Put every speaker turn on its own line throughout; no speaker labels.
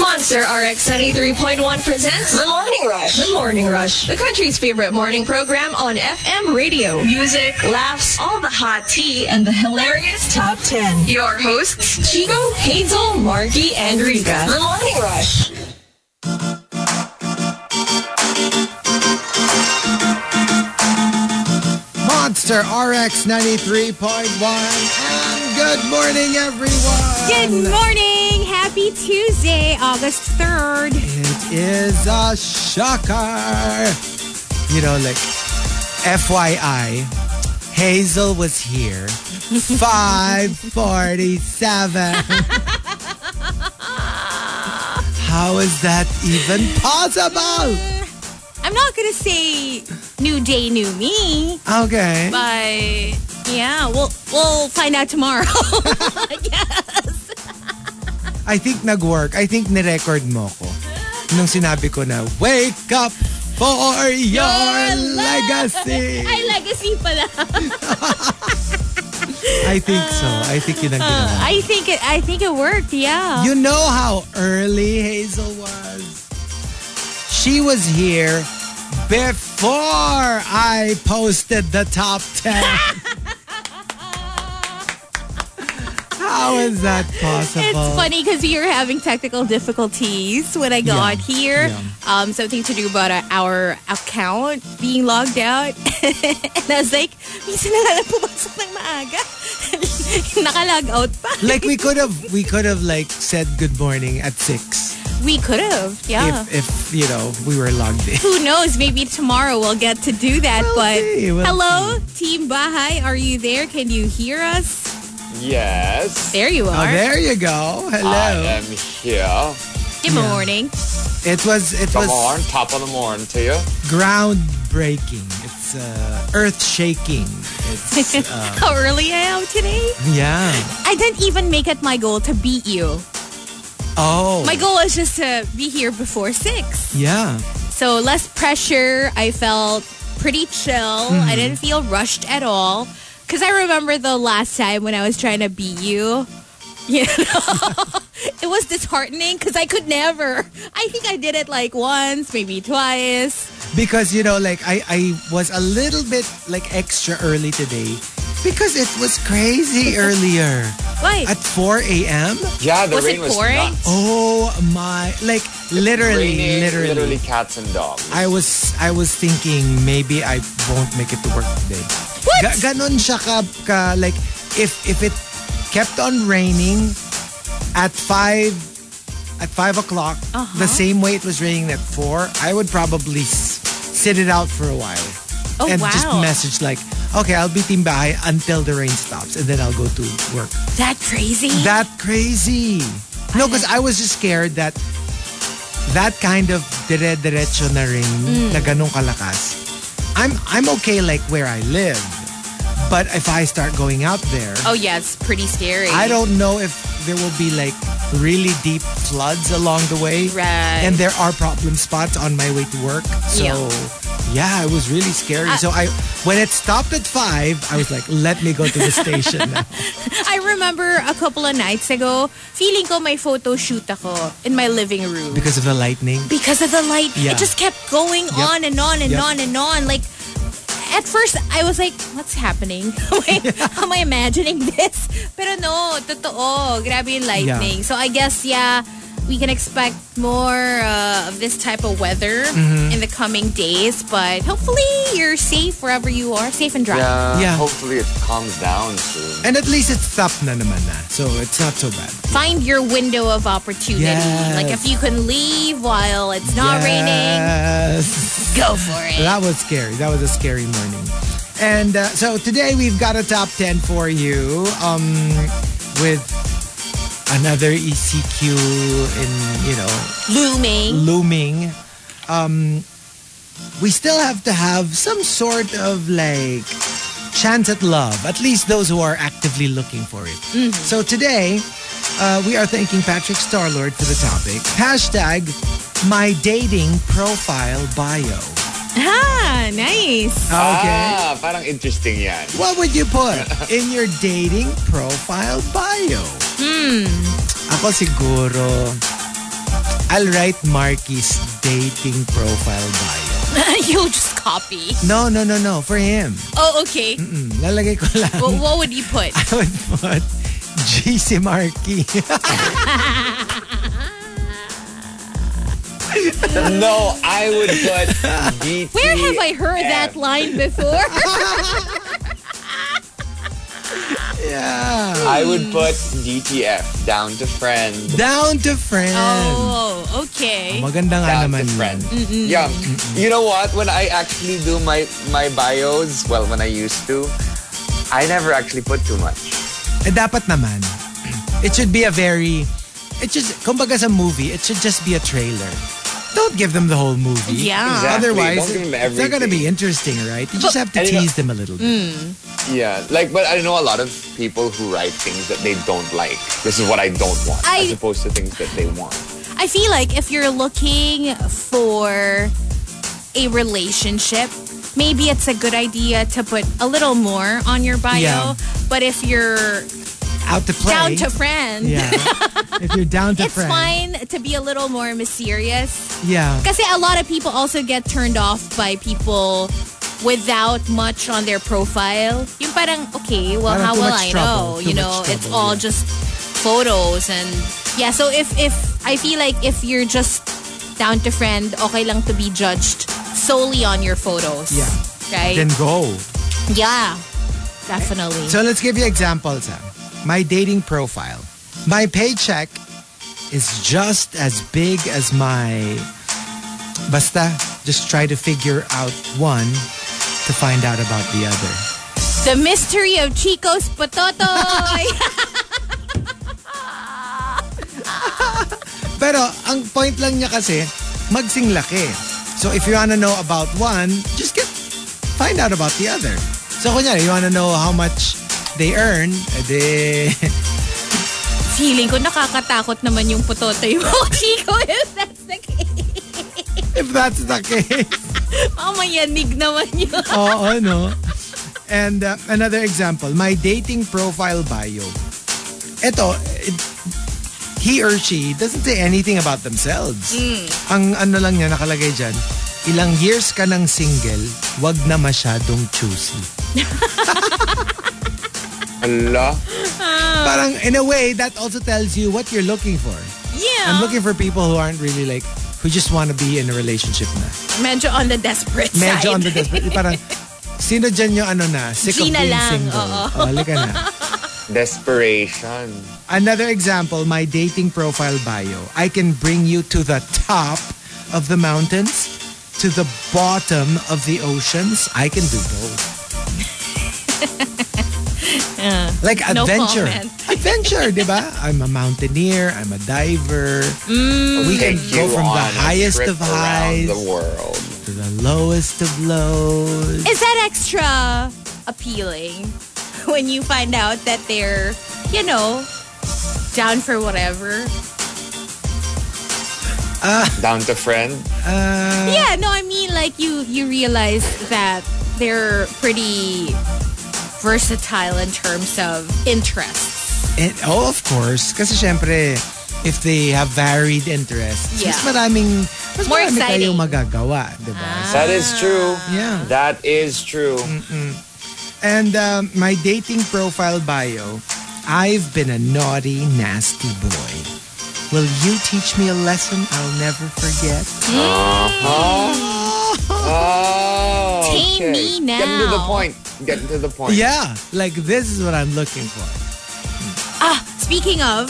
Monster RX 73.1 presents The Morning Rush. The Morning Rush, the country's favorite morning program on FM radio. Music, laughs, all the hot tea, and the hilarious top 10. Your hosts, Chico, Hazel, Marky, and Rika. The Morning Rush.
Monster RX 93.1. And good morning, everyone.
Good morning! Happy Tuesday, August 3rd.
It is a shocker. You know, like, FYI, Hazel was here. 547. How is that even possible?
I'm not gonna say new day, new me,
Okay.
but yeah, we'll we'll find out tomorrow.
I think nag-work. I think nirecord mo ko. Nung sinabi ko na, wake up for your, legacy.
Ay, legacy pala.
I think so. I think yun ang ginawa.
Uh, I think it. I think it worked. Yeah.
You know how early Hazel was. She was here before I posted the top 10. How is that possible?
It's funny because we were having technical difficulties when I got
Yeah,
here.
yeah.
Um, something to do about uh, our account being logged out. and I was like, minsan na nga lang pumasok ng maaga. Nakalag out pa.
Like we could have we could have like said good morning at 6.
We could have, yeah.
if if you know we were logged in.
Who knows? Maybe tomorrow we'll get to do that.
We'll
but
see, we'll
hello, Team Bahay. Are you there? Can you hear us?
Yes.
There you
Oh,
are.
there you go.
I
Hello.
am here.
Good
Yeah.
morning.
It was it
Good
was
morning. Top of the morning to you.
groundbreaking. It's uh, earth shaking. It's uh,
How early I am today?
yeah.
I didn't even make it my goal to beat you.
Oh.
My goal was just to be here before six.
Yeah.
So less pressure. I felt pretty chill.
Mm-hmm.
I didn't feel rushed at all. Because I remember the last time when I was trying to beat you. You know, it was disheartening because I could never. I think I did it like once, maybe twice.
Because you know like I I was a little bit like extra early today because it was crazy earlier
Wait,
at 4 a.m.
Yeah, the
was
rain
it
was
pouring?
nuts.
Oh my like literally
Raining,
literally,
literally cats and dogs.
I was I was thinking maybe I won't make it to work today.
What?
Ga- ganon siya ka, ka- like if if it kept on raining at five at five o'clock
Uh-huh.
the same way it was raining at four, I would probably s- sit it out for a while
Oh,
and just
wow.
message like, okay, I'll be team bahay until the rain stops and then I'll go to work.
that crazy?
That crazy. No, because I was just scared that that kind of dire-diretso na rin, na ganong kalakas. I'm, I'm okay like where I live. But if I start going out there,
oh yes, pretty scary.
I don't know if there will be like really deep floods along the way.
Right.
And there are problem spots on my way to work. So
Yeah.
yeah, it was really scary. so I when it stopped at five, I was like, let me go to the station now.
I remember a couple of nights ago, feeling ko may photo shoot ako in my living room.
Because of the lightning.
because of the light.
Yeah.
It just kept going on and on and
Yep.
on and on. Like at first I was like, what's happening? Wait, am I imagining this? Pero no, totoo. Grabe yung lightning. So I guess yeah, we can expect more uh, of this type of weather
Mm-hmm.
in the coming days, but hopefully you're safe wherever you are, safe and dry.
yeah,
Yeah.
Hopefully it calms down soon.
And at least it stopped na naman na. So it's not so bad.
Find your window of opportunity.
Yes.
Like if you can leave while it's not raining,
Yes.
go for it.
That was scary. That was a scary morning. And uh, so today we've got a top 10 for you um, with another ECQ in, you know,
Looming.
looming. Um, we still have to have some sort of like chance at love, at least those who are actively looking for it. So today, uh, we are thanking Patrick Starlord for the topic. Hashtag my dating profile bio.
Ah, nice.
Oh, Okay.
Ah, parang interesting yan.
What would you put in your dating profile bio? Hmm. Ako siguro, I'll write Marky's dating profile bio.
You'll just copy.
No, no, no, no. For him.
Oh, okay.
Mm, Lalagay ko lang.
Well, what would you put?
I would put GC Marky.
No, I would put DT.
Where have I heard that line before?
yeah.
I would put DTF down to friend.
Down to friend.
oh, okay.
Maganda nga
Down to
naman
friend.
yun.
Yeah. You know what? When I actually do my my bios, well, when I used to, I never actually put too much.
Eh, dapat naman. It should be a very... It should, kumbaga sa movie, it should just be a trailer. Don't give them the whole movie.
Yeah.
Exactly.
Otherwise,
Don't give them
it's not going to be
everything.
interesting, right? You just have to
And you know-
tease them a little
Mm.
bit.
Yeah. Like, but I know a lot of people who write things that they don't like. This is what I don't want,
I-
as opposed to things that they want.
I feel like if you're looking for a relationship, maybe it's a good idea to put a little more on your bio.
Yeah.
But if you're
Out to play.
down to friend,
Yeah. if you're down to
it's
friend.
fine to be a little more mysterious.
Yeah.
Because a lot of people also get turned off by people without much on their profile. Yung parang, okay, well,
Parang
how
too
will
much
I
trouble,
know?
too
You
much
know, it's
trouble,
all
yeah.
just photos and yeah. So if if I feel like if you're just down to friend, okay lang to be judged solely on your photos.
Yeah.
Right.
Then go.
yeah. Definitely.
So let's give you examples. ah. My dating profile. My paycheck is just as big as my basta just try to figure out one to find out about the other.
the mystery of Chico's pototoy.
Pero ang point lang niya kasi magsinglaki. So if you wanna know about one, just get find out about the other. So kunyari, you wanna know how much they earn, eh edi
Feeling ko nakakatakot naman yung pototoy mo, Chico, if that's the case.
if that's the case.
Mamayanig Oh, naman yun.
Oo, no? And uh, another example, my dating profile bio. Ito, it- he or she doesn't say anything about themselves.
Hmm.
Ang ano lang niya nakalagay dyan, ilang years ka ng single, wag na masyadong choosy.
Allah.
Ah.
Parang in a way, that also tells you what you're looking for.
Yeah.
I'm looking for people who aren't really like, who just want to be in a relationship na.
Medyo on the desperate
Medyo
side.
on the desperate. Parang, sino dyan yung ano na, sick of
Gina
being
lang,
single.
oo.
Oh, halika na.
Desperation.
Another example, my dating profile bio. I can bring you to the top of the mountains, to the bottom of the oceans. I can do both. like
no
adventure.
comment.
adventure, di ba? I'm a mountaineer. I'm a diver. We can
Take
go
you
from the
on a
highest
trip
of
around
highs
the world.
to the lowest of lows.
Is that extra appealing when you find out that they're, you know, down for whatever?
Down to friend.
Uh,
yeah, no, I mean like you you realize that they're pretty versatile in terms of interests.
And, oh, of course. Kasi syempre, if they have varied interests,
Yeah.
mas maraming, mas
More
marami
exciting. Ah.
tayong magagawa, di ba?
That is true.
Yeah. Mm.
That is true.
And um, my dating profile bio, I've been a naughty, nasty boy. Will you teach me a lesson I'll never forget?
Hmm.
Oh,
Tame
okay.
me
Getting to the
now.
point. Getting to the point.
Yeah, like this is what I'm looking for.
Ah, speaking of,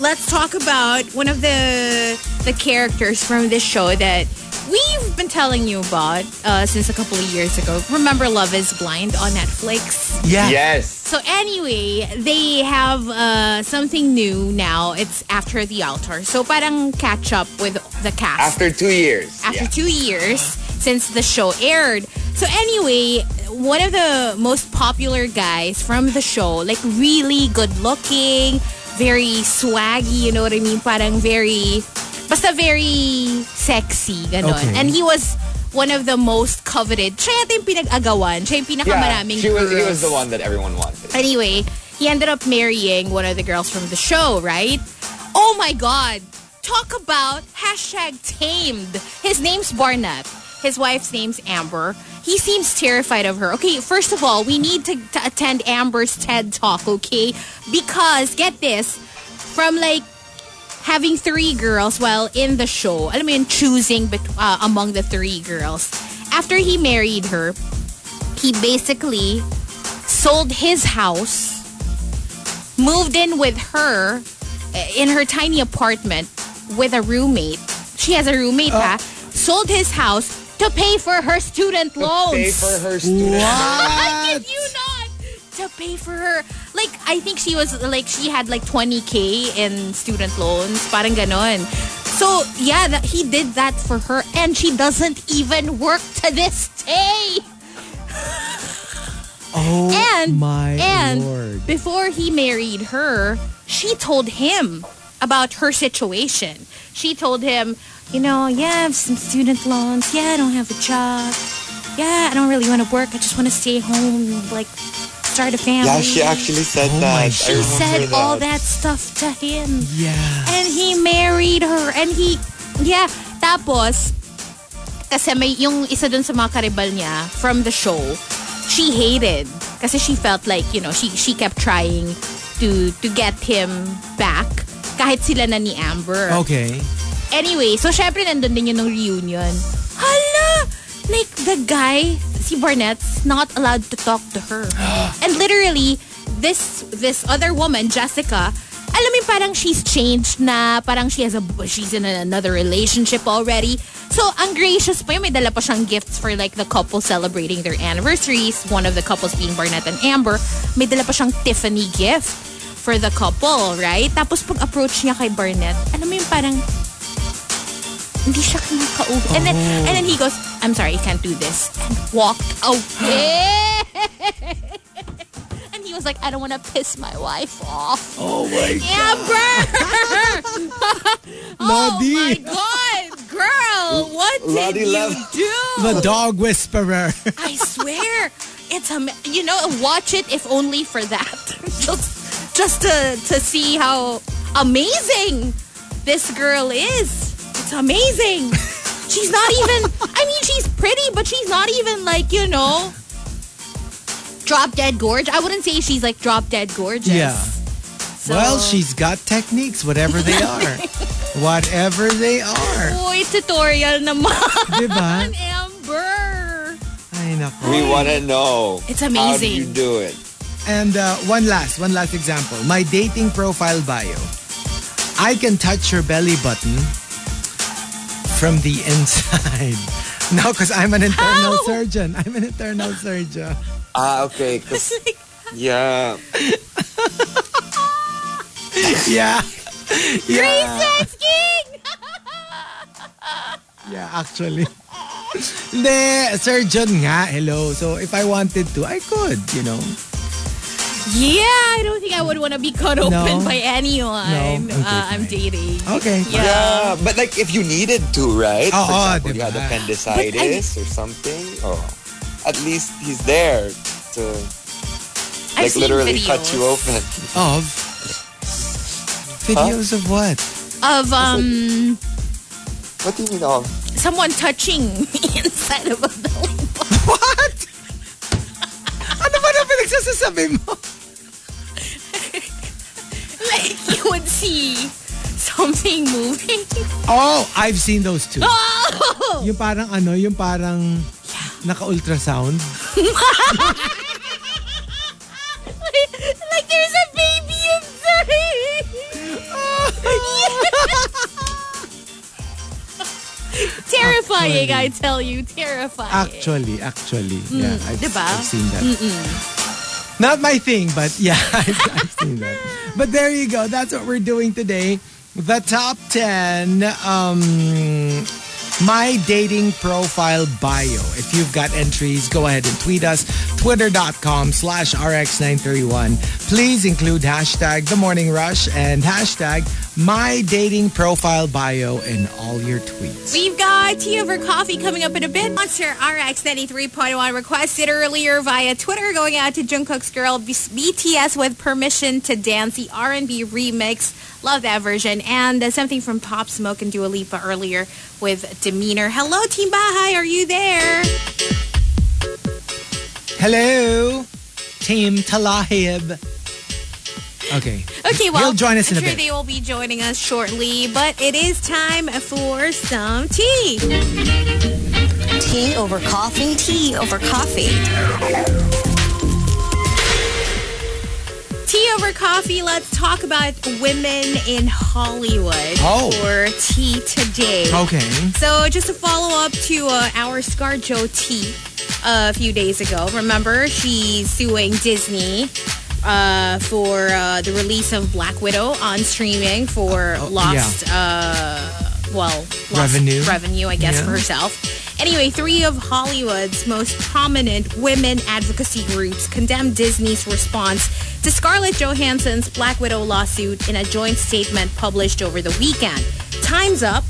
let's talk about one of the the characters from this show that we've been telling you about uh, since a couple of years ago. Remember Love is Blind on Netflix?
Yeah.
Yes.
So anyway, they have uh, something new now. It's After the Altar. So parang catch up with the cast
After two years.
after
yeah.
two years since the show aired. So anyway, one of the most popular guys from the show, like really good looking, very swaggy, you know what I mean? Parang very, basta very sexy, ganon.
Okay.
And he was one of the most coveted. Siya yata yung pinag-agawan. Siya yung pinakamaraming
she was, he
girls.
was the one that everyone wanted.
Anyway, he ended up marrying one of the girls from the show, right? Oh my god. talk about hashtag tamed. His name's Barnett. His wife's name's Amber. He seems terrified of her. Okay, first of all, we need to, to attend Amber's TED Talk, okay? Because, get this, from like having three girls while in the show, alam mo yun, choosing bet- uh, among the three girls. After he married her, he basically sold his house, moved in with her eh, in her tiny apartment with a roommate. She has a roommate, ha?
Uh.
Sold his house to pay for her student loans.
Pay for her student.
I kid you not. To pay for her. Like, I think she was, like, she had like 20K in student loans. Parang ganon. So, yeah, that, he did that for her. And she doesn't even work to this day.
Oh
And,
my
and
lord.
before he married her, she told him about her situation. She told him, you know, yeah, I have some student loans. Yeah, I don't have a job. Yeah, I don't really want to work. I just want to stay home, and, like, start a family.
Yeah, she actually said
Oh my God.
that. I
She
remember
said
that.
all that stuff to him.
Yeah.
And he married her. And he, yeah. Tapos, kasi may, yung isa dun sa mga karibal niya from the show, she hated. Kasi she felt like, you know, she, she kept trying to, to get him back. Kahit sila na ni Amber.
Okay.
Anyway, so syempre nandun din yun ng reunion. Hala! Like, the guy, si Barnett's not allowed to talk to her. And literally, this this other woman, Jessica, alam mo yung parang she's changed na, parang she has a, she's in another relationship already. So, ang gracious pa yun, may dala pa siyang gifts for like the couple celebrating their anniversaries, one of the couples being Barnett and Amber, may dala pa siyang Tiffany gift for the couple, right? Tapos pag-approach niya kay Barnett, alam mo yung parang, hindi siya kinakauwi. And then,
Oh.
and then he goes, I'm sorry, I can't do this. And walked away. and he was like, I don't want to piss my wife off.
Oh my
Amber! oh
Lodi.
my God! Girl, what did
Lodi
you
love.
do?
The dog whisperer.
I swear, it's a you know watch it if only for that. just just to to see how amazing this girl is. It's amazing. She's not even. I mean, she's pretty, but she's not even like you know. Drop dead gorge. I wouldn't say she's like drop dead gorgeous.
yeah.
So-
Well, she's got techniques, whatever they are. whatever they are.
Uy, oh, tutorial naman,
Diba?
Amber.
Ay, nako.
We want to know.
It's
How do you
amazing.
do it?
And uh, one last, one last example. My dating profile bio. I can touch your belly button from the inside. No, because I'm an internal
How?
surgeon. I'm an internal surgeon.
Ah, okay. 'cause-
Like,
yeah.
Yeah. Yeah.
Princess King.
Yeah, actually. Hindi, surgeon nga. Hello. So if I wanted to, I could, you know.
Yeah, I don't think I would want to be cut
No.
open by anyone
No. Okay,
uh, I'm
fine.
dating.
Okay.
Yeah.
Yeah, but like if you needed to, right?
Oo,
For example,
Oh, diba?
you had appendicitis or something, or at least he's there to
I've
like
seen
literally
videos
cut you open.
Of videos of what?
Of um,
What do you mean? Oh,
someone touching me inside of a belly button.
What? ano ba na pinagsasasabi mo?
Like you would see something moving.
Oh, I've seen those too.
Oh!
Yung parang ano, yung parang naka-ultrasound.
like, like there's a baby inside. Yeah. Terrifying, I tell you. Terrifying.
Actually, actually. yeah, I've,
diba?
I've seen that. Not my thing, but yeah, I've, I've seen that. But there you go. That's what we're doing today. The top 10 um, my dating profile bio. If you've got entries, go ahead and tweet us. Twitter.com slash RX931. Please include hashtag The Morning Rush and hashtag my dating profile bio and all your tweets.
We've got tea over coffee coming up in a bit. Monster RX 93.1 requested earlier via Twitter going out to Jungkook's girl B- BTS with permission to dance the R&B remix. Love that version. And uh, something from Pop Smoke and Dua Lipa earlier with Demeanor. Hello, Team Bahay. Are you there?
Hello, Team Talahib. Okay.
Okay, well,
They'll join us
I'm
in a
sure
bit.
they will be joining us shortly. But it is time for some tea.
Tea over coffee. Tea over coffee.
Tea over coffee. Let's talk about women in Hollywood
Oh.
for tea today.
Okay.
So just to follow up to uh, our ScarJo tea uh, a few days ago. Remember, she's suing Disney uh, for uh, the release of Black Widow on streaming for
oh,
lost, uh, well, lost
Revenue.
revenue, I guess,
Yeah.
for herself. Anyway, three of Hollywood's most prominent women advocacy groups condemned Disney's response to Scarlett Johansson's Black Widow lawsuit in a joint statement published over the weekend. Time's Up,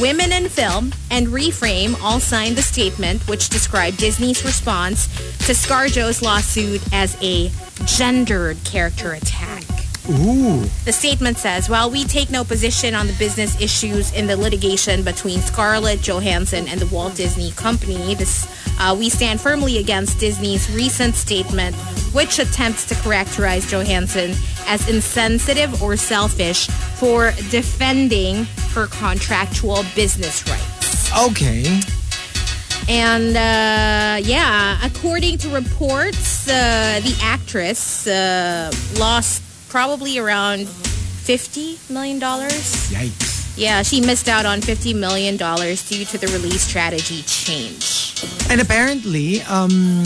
Women in Film, and Reframe all signed the statement which described Disney's response to ScarJo's lawsuit as a gendered character attack.
Ooh.
The statement says, while we take no position on the business issues in the litigation between Scarlett Johansson and the Walt Disney Company, this, uh, we stand firmly against Disney's recent statement, which attempts to characterize Johansson as insensitive or selfish for defending her contractual business rights.
Okay.
And uh, yeah, according to reports, uh, the actress uh, lost probably around fifty million dollars.
Yikes.
Yeah, she missed out on fifty million dollars due to the release strategy change.
And apparently, um,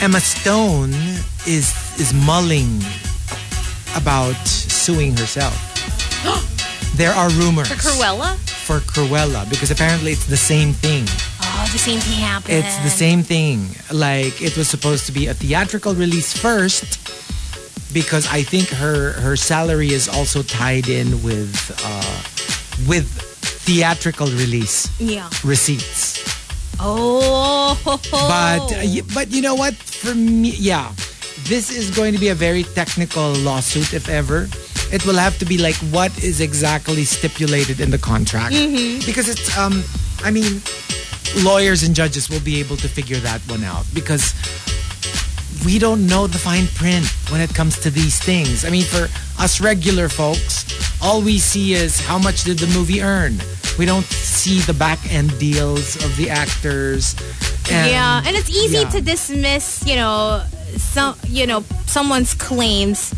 Emma Stone is is mulling about suing herself. there are rumors
For Cruella,
for Cruella because apparently it's the same thing.
oh, the same thing happened.
It's the same thing. Like it was supposed to be a theatrical release first because I think her her salary is also tied in with uh, with theatrical release
Yeah.
receipts.
Oh.
But uh, y- but you know what? For me, yeah, this is going to be a very technical lawsuit, if ever. It will have to be like what is exactly stipulated in the contract,
Mm-hmm.
because it's um, I mean, lawyers and judges will be able to figure that one out because we don't know the fine print when it comes to these things. I mean, for us regular folks, all we see is how much did the movie earn. We don't see the back end deals of the actors. And
yeah, and it's easy
yeah.
to dismiss, you know, some you know someone's claims,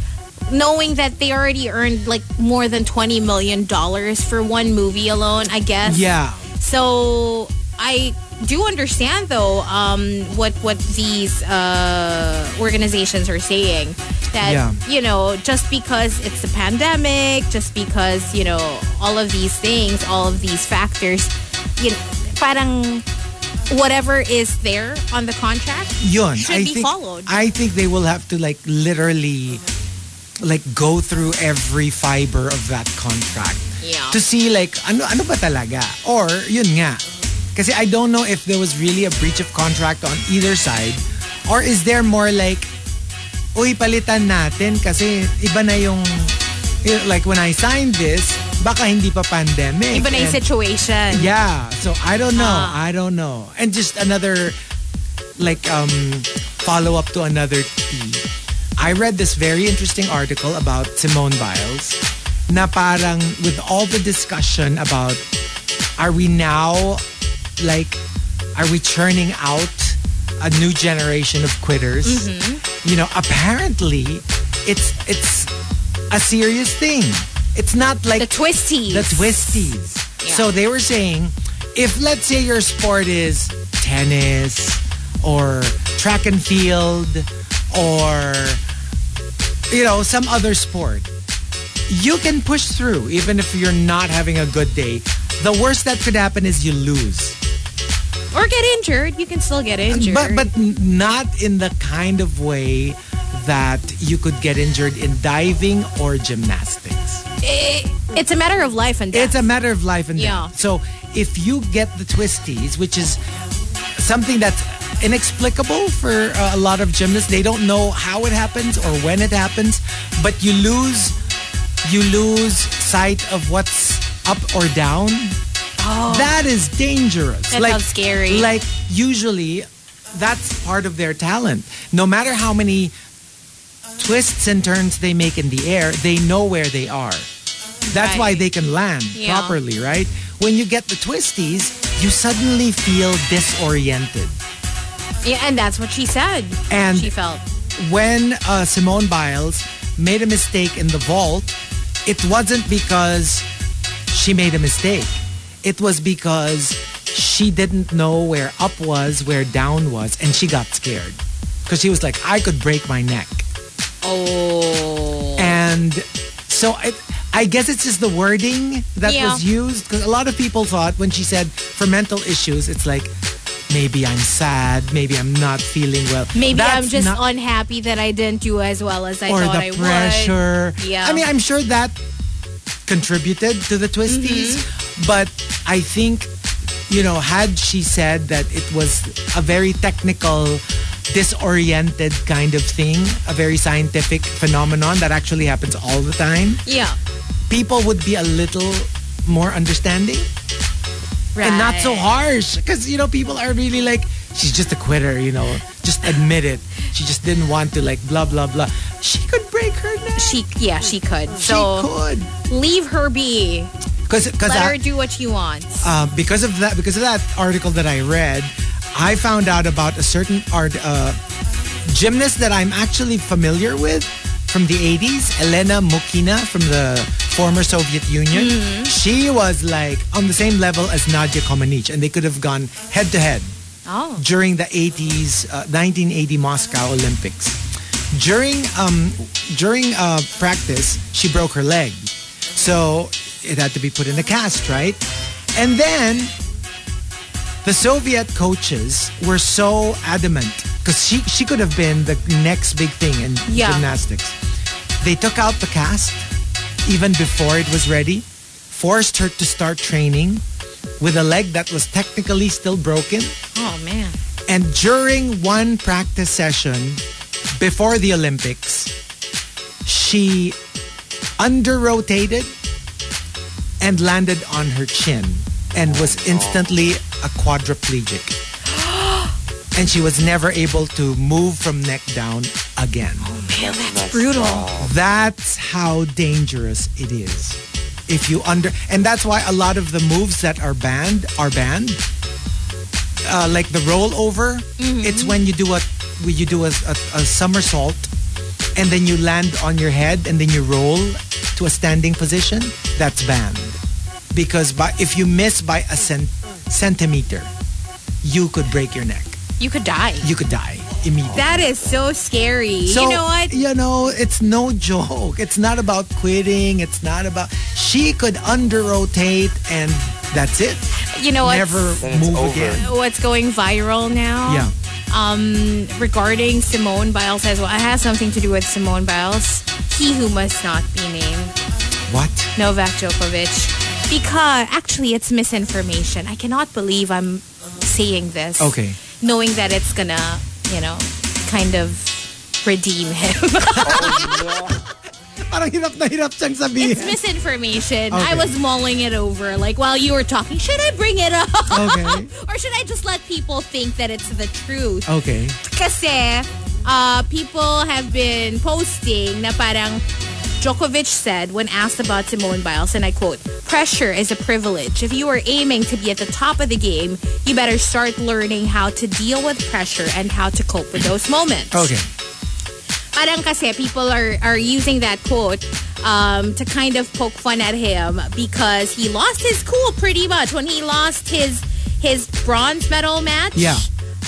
knowing that they already earned like more than twenty million dollars for one movie alone. I guess.
Yeah.
So I do understand though um, what what these uh, organizations are saying that
Yeah.
you know just because it's the pandemic, just because you know all of these things, all of these factors, you know, parang whatever is there on the contract
Yun.
should
I
be
think,
followed.
I think they will have to like literally like go through every fiber of that contract.
Yeah.
To see like ano ano ba talaga? Or yun nga. Kasi I don't know if there was really a breach of contract on either side or is there more like uy palitan natin kasi iba na yung y- like when I signed this baka hindi pa pandemic.
Iba na
And-
yung situation.
Yeah. So I don't know. I
Ah.
don't know. And just another like um follow up to another tea. I read this very interesting article about Simone Biles na parang with all the discussion about are we now like are we churning out a new generation of quitters?
Mm-hmm.
You know, apparently it's it's a serious thing. It's not like
The twisties.
the twisties. So they were saying, if let's say your sport is tennis or track and field or you know some other sport, you can push through even if you're not having a good day. The worst that could happen is you lose.
Or get injured. You can still get injured.
But but not in the kind of way that you could get injured in diving or gymnastics.
i- Eh, it's a matter of life and death.
It's a matter of life and
Yeah.
death. So if you get the twisties, which is something that's inexplicable for uh, a lot of gymnasts, they don't know how it happens or when it happens, but you lose you lose sight of what's up or down. That is dangerous.
Oh. That sounds scary.
Like usually that's part of their talent. No matter how many twists and turns they make in the air, they know where they are. That's why
Right.
they can land
Yeah.
properly, right? When you get the twisties, you suddenly feel disoriented.
yeah, and that's what she said.
And
she felt.
when uh, Simone Biles made a mistake in the vault, it wasn't because she made a mistake. It was because she didn't know where up was, where down was, and she got scared. Because she was like, I could break my neck.
Oh.
And so I, I guess it's just the wording that
Yeah.
was used. Because a lot of people thought when she said for mental issues, it's like, maybe I'm sad, maybe I'm not feeling well.
Maybe
That's
I'm just
not-
unhappy that I didn't do as well as I
or
thought
the
I would.
pressure.
Yeah.
I mean, I'm sure that contributed to the twisties,
Mm-hmm.
but I think, you know, had she said that it was a very technical, disoriented kind of thing, a very scientific phenomenon that actually happens all the time,
Yeah.
people would be a little more understanding
Right.
and not so harsh because you know people are really like she's just a quitter you know just admit it she just didn't want to like blah blah blah she could break her neck
She yeah, she could.
she
So
could
leave her be.
because because
Let her do what she wants.
uh, because of that because of that article that I read, I found out about a certain art uh, gymnast that I'm actually familiar with from the 80s, Elena Mukina from the former Soviet Union. She was like on the same level as Nadia Comaneci, and they could have gone head to head
Oh.
during the 80s, uh, 1980 Moscow Olympics. During um, during uh, practice, she broke her leg, so it had to be put in a cast, right? And then the Soviet coaches were so adamant because she she could have been the next big thing in
Yeah.
gymnastics. They took out the cast even before it was ready, forced her to start training with a leg that was technically still broken.
Oh man.
And during one practice session before the Olympics, she under-rotated and landed on her chin and was instantly a quadriplegic. and she was never able to move from neck down again.
Brutal.
That's how dangerous it is. If you under and that's why a lot of the moves that are banned are banned. Uh, like the rollover, it's when you do a when you do a, a, a somersault and then you land on your head and then you roll to a standing position. That's banned because by, if you miss by a cent, centimeter, you could break your neck.
You could die.
You could die immediately.
That is so scary.
So,
you know what?
You know, it's no joke. It's not about quitting. It's not about. She could under rotate and that's it.
You know what?
Never
Then it's
move
over.
again.
What's going viral now?
Yeah.
Um, regarding Simone Biles as well. It has something to do with Simone Biles. He who must not be named.
What?
Novak Djokovic because actually it's misinformation. I cannot believe I'm saying this.
Okay.
Knowing that it's gonna, you know, kind of redeem him.
Parang hirap na hirap siyang sabihin.
it's misinformation.
Okay.
I was mulling it over like while you were talking. Should I bring it up?
Okay.
or should I just let people think that it's the truth?
Okay.
kasi uh, people have been posting na parang Djokovic said when asked about Simone Biles, and I quote, pressure is a privilege. If you are aiming to be at the top of the game, you better start learning how to deal with pressure and how to cope with those moments.
Okay.
Parang kasi people are, are using that quote um, to kind of poke fun at him because he lost his cool pretty much when he lost his his bronze medal match.
Yeah.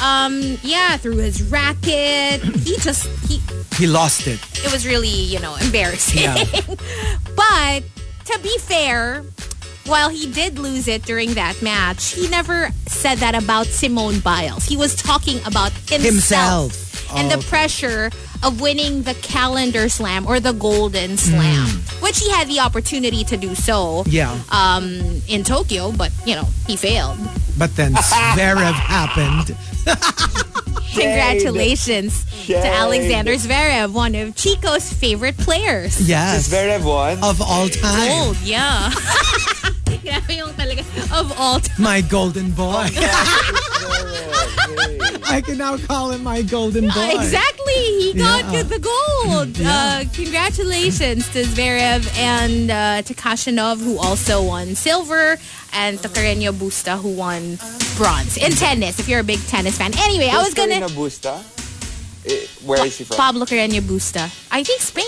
Um, yeah, through his racket. he just he
He lost it.
it was really, you know, embarrassing.
Yeah.
But to be fair, while he did lose it during that match, he never said that about Simone Biles. He was talking about himself.
Himself. Oh,
and the
okay.
pressure of winning the calendar slam or the golden slam, which he had the opportunity to do so
Mm. Yeah.
um, in Tokyo, but you know he failed.
But then Zverev happened.
Congratulations
Shade.
to Alexander Zverev, one of Chico's favorite players.
Yes.
Zverev won.
Of all time.
Gold, yeah. Grabe yung talaga. Of all time.
My golden boy.
Oh,
I can now call him my golden boy.
Exactly. He got
Yeah.
the gold. Uh, congratulations to Zverev and uh, to Kashinov, who also won silver, and to Carreño Busta, who won bronze in tennis, if you're a big tennis fan. Anyway, I was going to...
Busta? Eh, Where is he from?
Pablo Carreño Busta. I think Spain.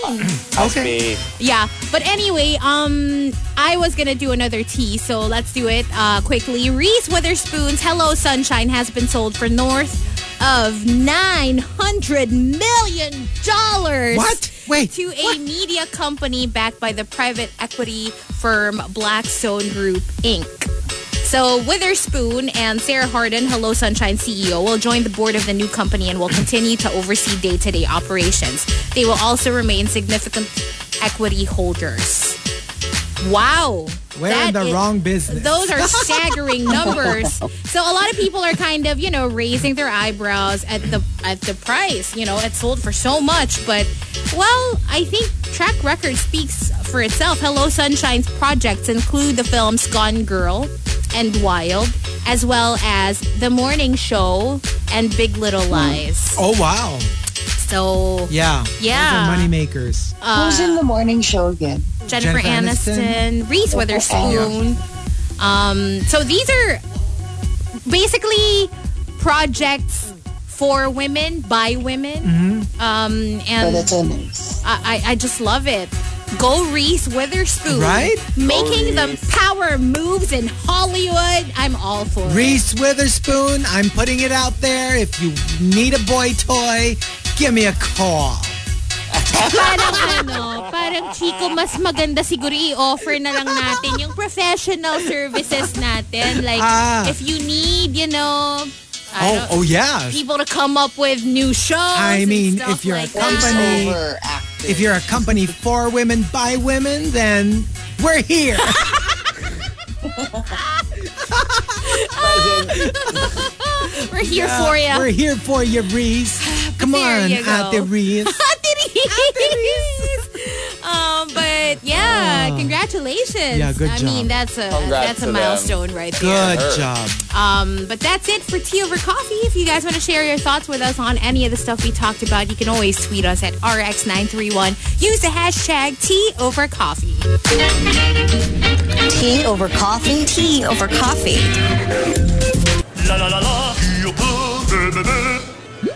Ah,
Okay.
Spain.
Yeah, but anyway, um, I was gonna do another tea, so let's do it uh, quickly. Reese Witherspoon's "Hello Sunshine" has been sold for north of nine hundred million dollars.
What? Wait,
To a media company backed by the private equity firm Blackstone Group Inc. So Witherspoon and Sarah Harden, Hello Sunshine CEO, will join the board of the new company and will continue to oversee day-to-day operations. They will also remain significant equity holders. Wow.
We're in
That
the
is-
wrong business.
Those are staggering numbers. So a lot of people are kind of, you know, raising their eyebrows at the at the price. You know, it sold for so much, but well, I think track record speaks for itself. Hello Sunshine's projects include the films Gone Girl and Wild, as well as The Morning Show and Big Little Lies.
Oh wow.
So
Yeah.
Yeah. Uh-huh.
Those are money makers.
Who's in the morning show again?
Jennifer,
Jennifer Oh,
Aniston, Reese Witherspoon. Um, so these are basically projects for women by women,
Mm-hmm.
um,
But
and
it's Oh, a nice.
I, I, I just love it. Go Reese Witherspoon,
Right?
Making
Go
the power moves in Hollywood. I'm all for it.
Reese Witherspoon, I'm putting it out there. If you need a boy toy, give me a call.
parang ano, parang Chico, mas maganda siguro i-offer na lang natin yung professional services natin. Like,
Ah.
if you need, you know, I
Oh,
don't-
oh yeah.
people to come up with new shows
I mean,
and stuff
if you're a
like
company-
that.
Voiceover actor.
If you're a company for women by women, then we're here.
We're here for you.
We're here for you, Reese. Come
There
on,
you go.
Ate Reese.
Um, but yeah, congratulations.
Ah. Yeah, good
I
job.
mean, that's a
Congrats
that's
to
a
them.
milestone right there.
Good job.
Um, but that's it for Tea Over Coffee. If you guys want to share your thoughts with us on any of the stuff we talked about, you can always tweet us at RX931. Use the hashtag Tea Over Coffee.
Tea over coffee, tea over coffee.
La la la la, you blue, blue, blue.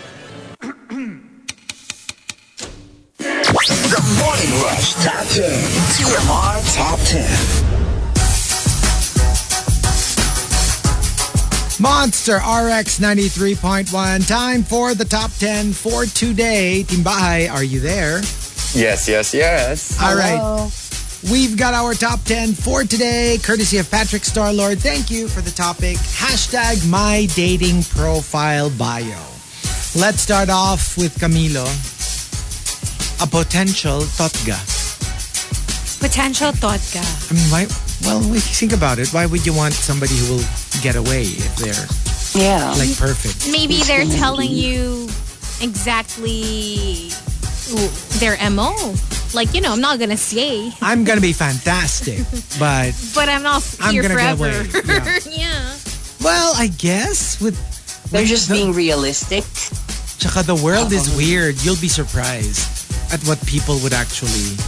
The Morning Rush Top 10. TMR Top 10.
Monster RX 93.1. Time for the top 10 for today. Timbahay, are you there?
Yes, yes, yes.
All right.
Hello.
We've got our top 10 for today, courtesy of Patrick Starlord. Thank you for the topic. Hashtag my dating profile bio. Let's start off with Camilo. A potential totga.
Potential thought ka.
I mean, why? Well, we think about it. Why would you want somebody who will get away if they're
Yeah.
like perfect?
Maybe they're telling you exactly their MO. Like, you know, I'm not going to say,
I'm gonna be fantastic, but
but I'm not
I'm
here
gonna get
forever.
away.
yeah.
well, I guess with
They're
with
just
the-
being realistic.
Tsaka the world is weird. You'll be surprised at what people would actually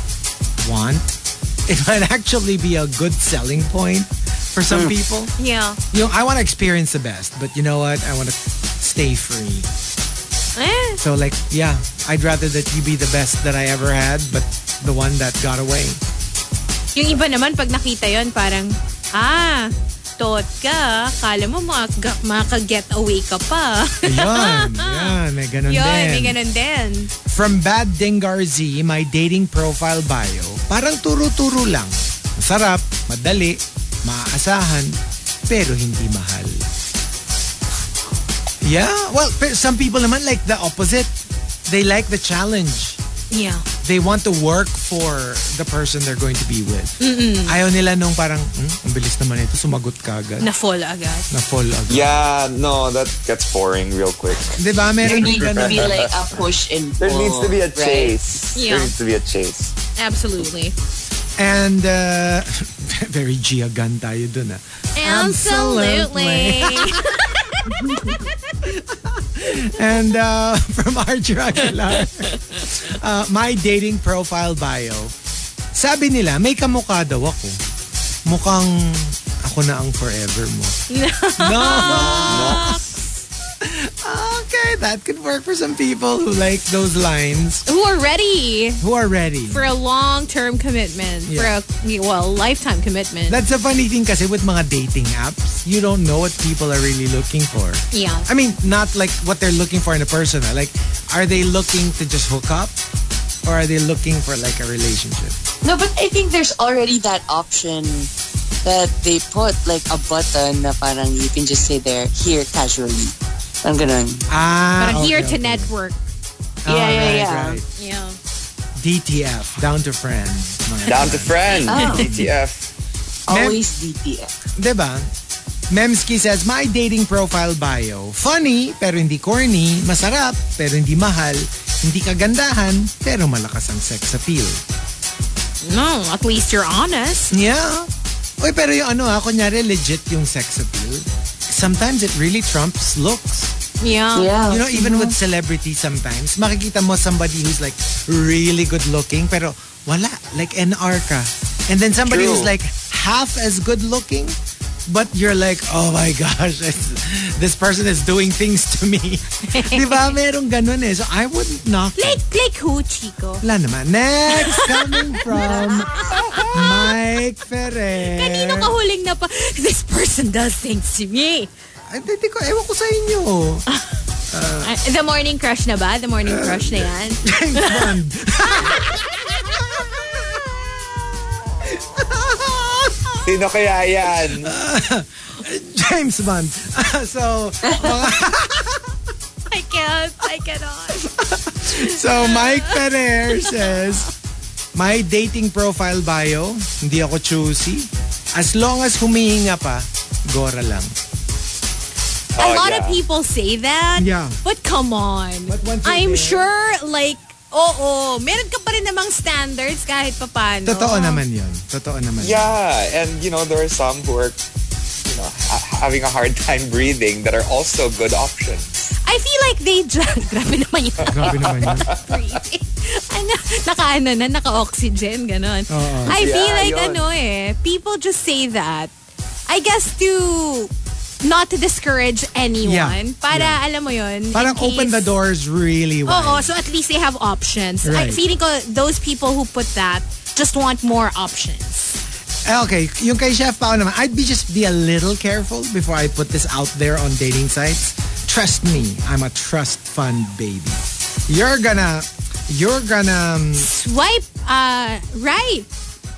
want. It might actually be a good selling point for some
Hmm.
people.
Yeah.
You know, I want to experience the best, but you know what? I want to stay free.
Eh.
So like, yeah, I'd rather that you be the best that I ever had, but the one that got away.
Yung iba naman, pag nakita yon parang, ah, tot ka, kala mo maka, maka-get away ka pa.
Ayun, yan, may ganun
Yun,
din.
may ganun din.
From Bad Dengar Z, my dating profile bio, parang turo-turo lang. Masarap, madali, maaasahan, pero hindi mahal. Yeah, well, pe- some people naman like the opposite. they like the challenge.
Yeah.
They want to work for the person they're going to be with. Ayaw nila nung parang, hmm, ang bilis naman ito, sumagot ka agad.
Na-fall agad.
Na-fall agad.
Yeah, no, that gets boring real quick.
Di ba?
There
Meron din
needs to
ganun.
be like a push and
There needs to be a
pull, right?
chase.
Yeah.
There needs to be a chase.
Absolutely.
And, uh, very Gia Gun tayo dun ah.
Absolutely.
And uh, from Archer Aguilar, uh, my dating profile bio. Sabi nila, may kamukha daw ako. Mukhang ako na ang forever mo. No! okay, that could work for some people who like those lines,
Who are ready
who are ready.
for a long-term commitment,
Yeah.
for a, well, lifetime commitment.
That's a funny thing kasi with mga dating apps, you don't know what people are really looking for.
yeah.
I mean, not like what they're looking for in a person. ah. Like, are they looking to just hook up? Or are they looking for like a relationship?
No, but I think there's already that option that they put like a button na parang you can just say there, here casually. Ang ganun.
Ah,
But I'm here
okay,
to
okay.
network.
Ah,
Yeah, yeah,
right,
yeah.
right.
Yeah.
DTF, down to friends. mga
Down to friend.
Oh.
DTF.
Always DTF.
Diba? Memski says, my dating profile bio. Funny, pero hindi corny. Masarap, pero hindi mahal. Hindi kagandahan, pero malakas ang sex appeal.
No, at least you're honest.
Yeah. Uy, pero yung ano ha, kunyari legit yung sex appeal. Sometimes it really trumps looks.
Yeah.
Yeah.
You know, even with
mm-hmm.
celebrities sometimes, makikita mo somebody who's like really good looking, pero wala. Like NR ka. And then somebody
True.
who's like half as good looking, but you're like, oh my gosh, it's- this person is doing things to me. Di ba? Merong ganun eh. So I wouldn't knock it.
Like, like who, Chico?
Wala naman. Next, coming from Mike Ferrer.
Kanino ka huling na pa, this person does things to me.
Ay, Hindi hindi ko, ewan ko sa inyo. Uh.
Ah, the morning crush na ba? The morning crush na yan?
James Bond.
Sino kaya yan?
James Bond. so,
I can't. I cannot.
so Mike Ferrer says, My dating profile bio, hindi ako choosy. As long as humihinga pa, gora lang.
a
Oh,
lot
yeah.
of people say that.
Yeah.
But come on.
But once you're
I'm
there-
sure, like, oo, meron ka pa rin namang standards kahit papano.
Totoo naman yun. Totoo naman. yun.
Yeah, and you know there are some who are, you know, ha- having a hard time breathing that are also good options.
I feel like they just... Grabe naman yung
Grabe naman yun.
breathing. ano, naka ano na, naka-oxygen, ganon.
Oo.
I feel
Yeah,
like
yun.
ano eh, people just say that. I guess to not to discourage anyone.
Yeah.
Para
Yeah.
alam mo yun.
Parang
in case-
open the doors really wide.
Oo, so at least they have options. I,
Right.
feeling ko those people who put that just want more options.
Eh, Okay, yung kay Chef Pao naman, I'd be just be a little careful before I put this out there on dating sites. Trust me, I'm a trust fund baby. You're gonna, you're gonna, um,
Swipe uh, right.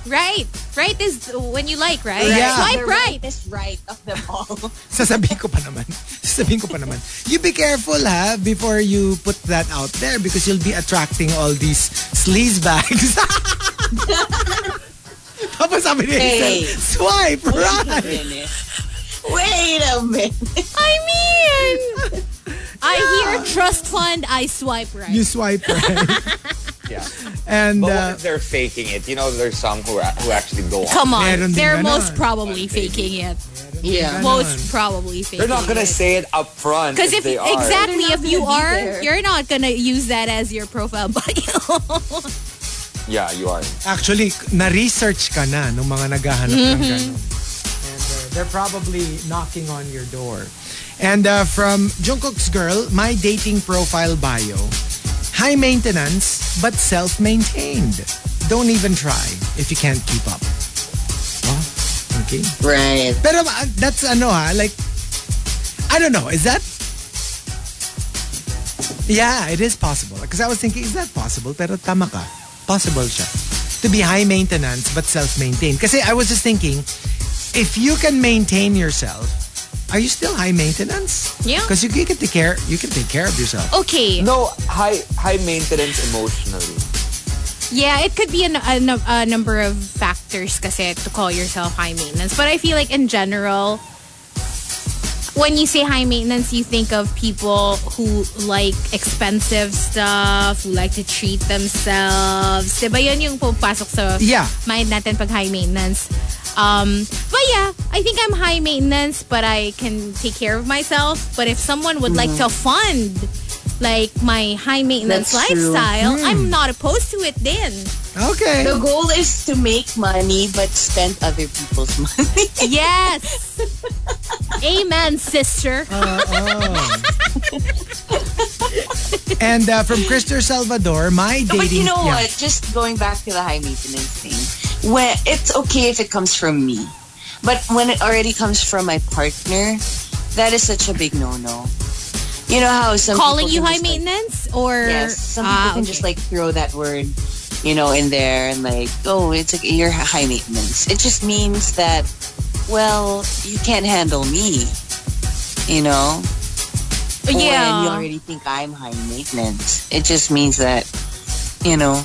Right. Right is when you like, right?
Yeah.
Swipe right.
This right of them all.
sasabihin ko pa naman. Sasabihin ko pa naman. You be careful ha, before you put that out there because you'll be attracting all these sleaze bags. Tapos sabi ni Hazel,
Hey.
swipe right.
Wait a minute.
I mean, I hear trust fund, I swipe right.
You swipe right.
Yeah,
And,
but
uh,
what if they're faking it? You know, there's some who are, who actually go on.
Come on.
Meron din
They're
ganon.
most probably faking it.
Yeah.
Most probably faking
They're not gonna
it.
say it up front
Because if
they are.
exactly
They're not
if you
gonna be
are,
there.
you're not gonna use that as your profile bio.
Yeah, you are.
Actually, na-research ka na nung mga naghahanap ng gano'n. And uh, they're probably knocking on your door. And uh, from Jungkook's Girl, my dating profile bio, high maintenance but self-maintained. Don't even try if you can't keep up. Huh? Okay.
Right.
Pero uh, that's ano ha, like, I don't know, is that? Yeah, it is possible. Because I was thinking, is that possible? Pero tama ka. Possible siya. To be high maintenance but self-maintained. Kasi I was just thinking, if you can maintain yourself, are you still high maintenance?
Yeah.
Because you, you can take care you can take care of yourself.
Okay.
No, high high maintenance emotionally.
Yeah, it could be a, n- a num- a number of factors kasi to call yourself high maintenance. But I feel like in general, when you say high maintenance, you think of people who like expensive stuff, who like to treat themselves. Diba yun yung pumapasok sa
Yeah.
mind natin pag high maintenance. Um, but yeah, I think I'm high maintenance, but I can take care of myself. But if someone would like to fund like my high maintenance
Mm-hmm. That's true. Hmm.
lifestyle, I'm not opposed to it then.
Okay.
The goal is to make money but spend other people's money.
Yes. Amen, sister.
And uh, from Christopher Salvador, my dating.
Oh, but you know
yeah.
what? Just going back to the high maintenance thing, when it's okay if it comes from me, but when it already comes from my partner, that is such a big no-no. You know how some
Calling
people
you
can
high
just, like,
maintenance or
Yes, some people
Ah,
can
okay.
just like throw that word, you know, in there and like, oh, it's like you're high maintenance. It just means that, well, you can't handle me, you know. When you
yeah.
already think I'm high maintenance, it just means that, you know,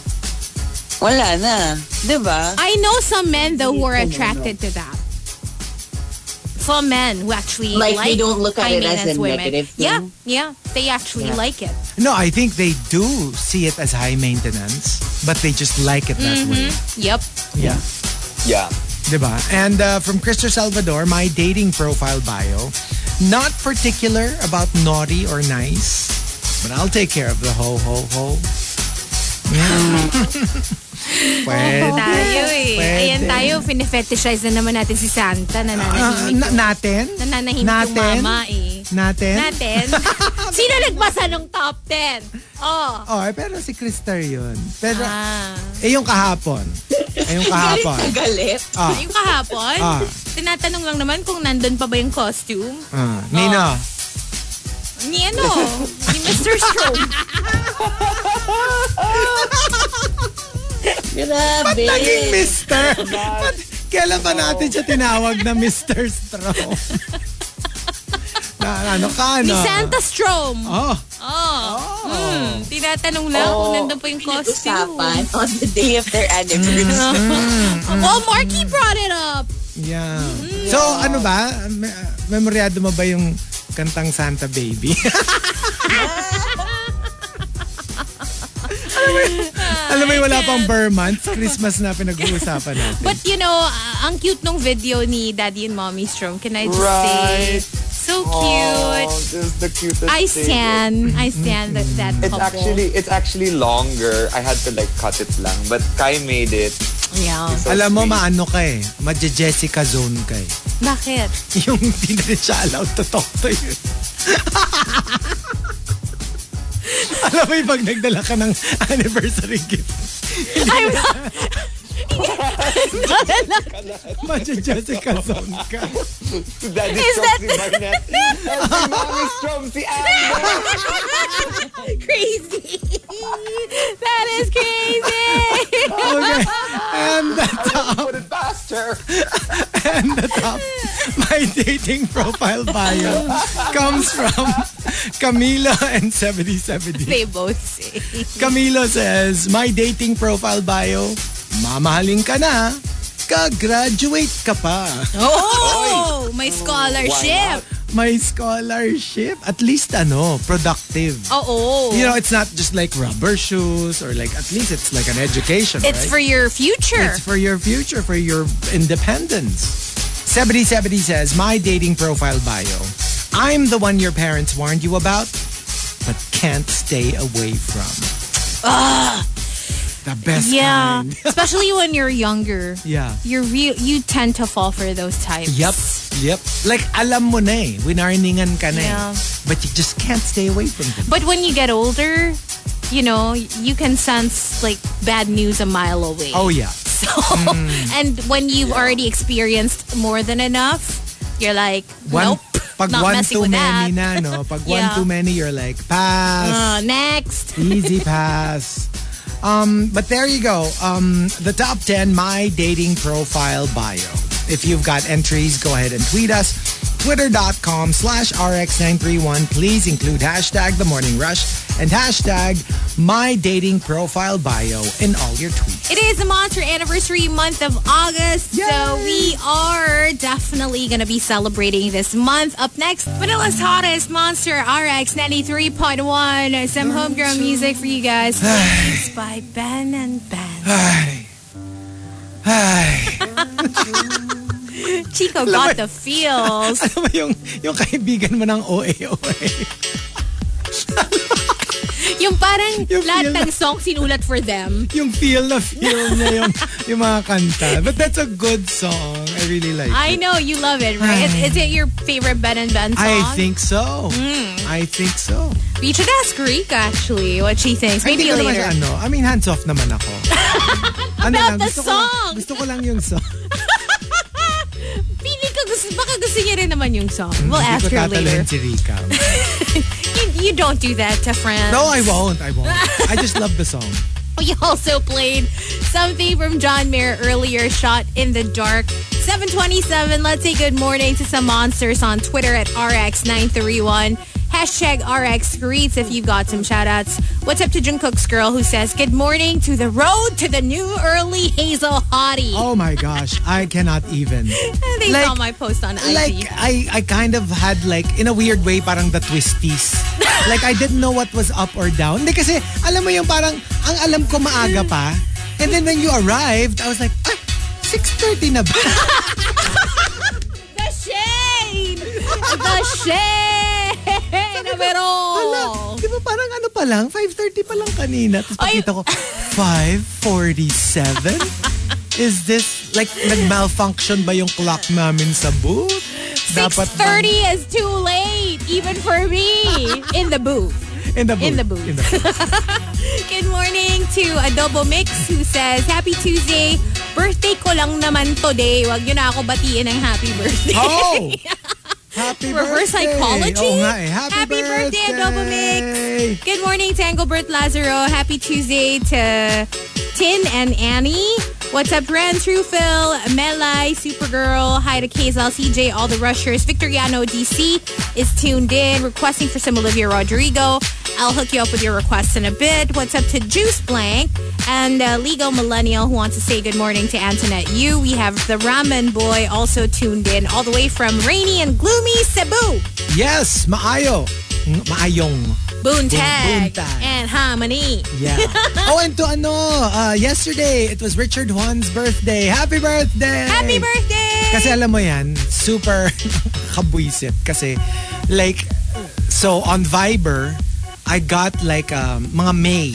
wala na, diba?
I know some men though who are attracted to that. Some men who actually
Like, they don't look at
high
it as a
maintenance women.
negative thing?
Yeah, yeah, they actually
Yeah.
like it.
No, I think they do see it as high maintenance, but they just like it that way.
Yep.
Mm-hmm. Yeah.
Yeah.
Diba? And uh, from Christopher Salvador, my dating profile bio, not particular about naughty or nice, but I'll take care of the ho ho ho. Yeah. Pwede.
Tayo eh.
Pwede.
Ayan tayo, pinefetishize na naman natin si Santa na
Ah,
nananahimik.
na- natin?
nananahimik yung
Natin?
mama eh.
Natin?
Natin. Sino nagpasa nung top 10? Oh.
Oh, pero si Krister yun. Pero,
Ah.
eh yung kahapon. Eh yung kahapon.
Galit.
Ah,
Yung kahapon,
Ah.
tinatanong lang naman kung nandun pa ba yung costume.
ah. Nina.
Ni ano? ni Mr. Strobe.
Oh.
Grabe.
Naging Mr. Ba't Kailan ba natin siya tinawag na Mr. Strong? na, ano ka, ano?
Ni Santa Strom.
Oh,
Oh. Mm, tinatanong lang kung nandun pa yung costume.
Usapan on the day of their anniversary.
Oh, Marky brought it up.
yeah. So, ano ba? Me- Memoryado mo ba yung kantang Santa Baby?
Ah,
Alam mo, yung wala pang Burr month, Christmas na pinag-uusapan natin.
But you know, uh, ang cute nung video ni Daddy and Mommy Strom. Can I just
Right.
say? So
Oh,
cute.
this is the cutest
I
thing.
stand. I stand that, that
It's
couple.
actually it's actually longer. I had to like cut it lang, but Kai made it.
Yeah.
So
Alam mo,
sweet.
maano ka eh. Madja-Jessica zone ka eh.
Bakit?
Yung hindi na rin siya allowed to talk to you. Alam mo yung pag nagdala ka ng anniversary gift,
I'm not,
madja-Jessica zone ka.
Daddy
Is that-
Strong si Barnett. And si Mommy Strong si Amber.
crazy. that is crazy.
Okay. And that's
Put it faster.
my dating profile bio comes from Camila and 7070.
they both say.
Camilo says, My dating profile bio, mamahalin ka na, ka-graduate ka pa.
Oh, may scholarship.
May scholarship. At least ano, productive.
Oo.
You know, it's not just like rubber shoes or like, at least it's like an education,
it's for
right?
your future.
It's for your future, for your independence. 7070 says, my dating profile bio. I'm the one your parents warned you about, but can't stay away from. The best
yeah,
kind.
especially when you're younger.
Yeah.
You're real. You tend to fall for those types.
Yep. Yep. Like, alam mo na eh. Winarningan ka na eh.
Yeah.
But you just can't stay away from them.
But when you get older, you know you can sense like bad news a mile away.
Oh, yeah.
So, and when you've already experienced more than enough, you're like,
One,
nope,
pag
not
one
messing
too
with
many
that.
na, no? Pag one
Yeah.
too many, you're like, pass.
Uh, next.
Easy pass. Um, but there you go. Um, the top 10 my dating profile bio. If you've got entries, go ahead and tweet us twitter.com slash rx931. Please include hashtag the morning rush and hashtag my dating profile bio in all your tweets.
It is the Monster Anniversary month of August, so we are definitely going to be celebrating this month. Up next, Manila's hottest Monster RX 93.1. Some homegrown music for you guys. It's by Ben and Ben.
Ay. Ay.
Chico got the feels.
Alam mo yung, yung kaibigan mo ng OA-OA?
Yung parang
Yung
lahat
feel
ng song sinulat for them.
Yung feel na feel niya yung, yung mga kanta. But that's a good song. I really like it.
I know you love it, right? Is, is it your favorite Ben and Ben song? Mm.
I think so. I think so.
we should ask Rick actually what she thinks.
I
Maybe
think ko naman
later.
siya, ano. I mean, hands off naman ako. ano
About the
gusto ko lang-
song.
gusto ko lang yung song.
Pili ka gusto, baka gusto niya rin naman yung song. We'll
Hindi
Oh, ask
ko
her later.
tatalohin si Rika.
You, you don't do that to friends.
No, I won't. I won't. I just love the song.
We also played something from John Mayer earlier, Shot in the Dark. 727, let's say good morning to some monsters on Twitter at RX931. Hashtag RX greets if you've got some shout outs. What's up to Jungkook's girl who says, Good morning to the road to the new early Hazel Hottie.
Oh my gosh. I cannot even.
they
like-
saw my post on IG.
Like, I, I kind of had like, in a weird way, parang the twisties. like, I didn't know what was up or down. Hindi kasi, alam mo yung parang, ang alam ko maaga pa. And then when you arrived, I was like, ah, 6.30 na ba?
the shade! the shade! Pero,
Hala, di ba parang ano pa lang? 5.30 pa lang kanina. Tapos
Ay.
pakita ko, 5.47? Is this, like, nag-malfunction ba yung clock namin sa booth? Dapat bang-
6.30 is too late, even for me, in the booth.
in the booth.
in the booth.
In the booth.
Good morning to Adobo Mix who says, Happy Tuesday. Birthday ko lang naman today. Wag niyo na ako batiin ng happy birthday.
Oh! Happy
Reverse
birthday.
psychology?
Oo nga eh. Happy,
Happy birthday, Adobo Mix.
birthday.
Good morning to Engelbert Lazaro. Happy Tuesday to Tin and Annie. What's up, Ren, Trufil, Melai, Supergirl, hi to KSL, CJ, all the rushers. Victoriano DC is tuned in, requesting for some Olivia Rodrigo. I'll hook you up with your requests in a bit. What's up to Juice Blank and uh, Legal Millennial who wants to say good morning to Antoinette You. We have the Ramen Boy also tuned in, all the way from rainy and gloomy Cebu.
Yes, maayo. Mm, Maayong.
Boontag,
Boontag.
and Harmony.
Yeah. oh, and to ano, uh, yesterday, it was Richard Juan's birthday. Happy birthday!
Happy birthday!
Kasi alam mo yan, super kabwisit. Kasi, like, so on Viber, I got like, um, mga May.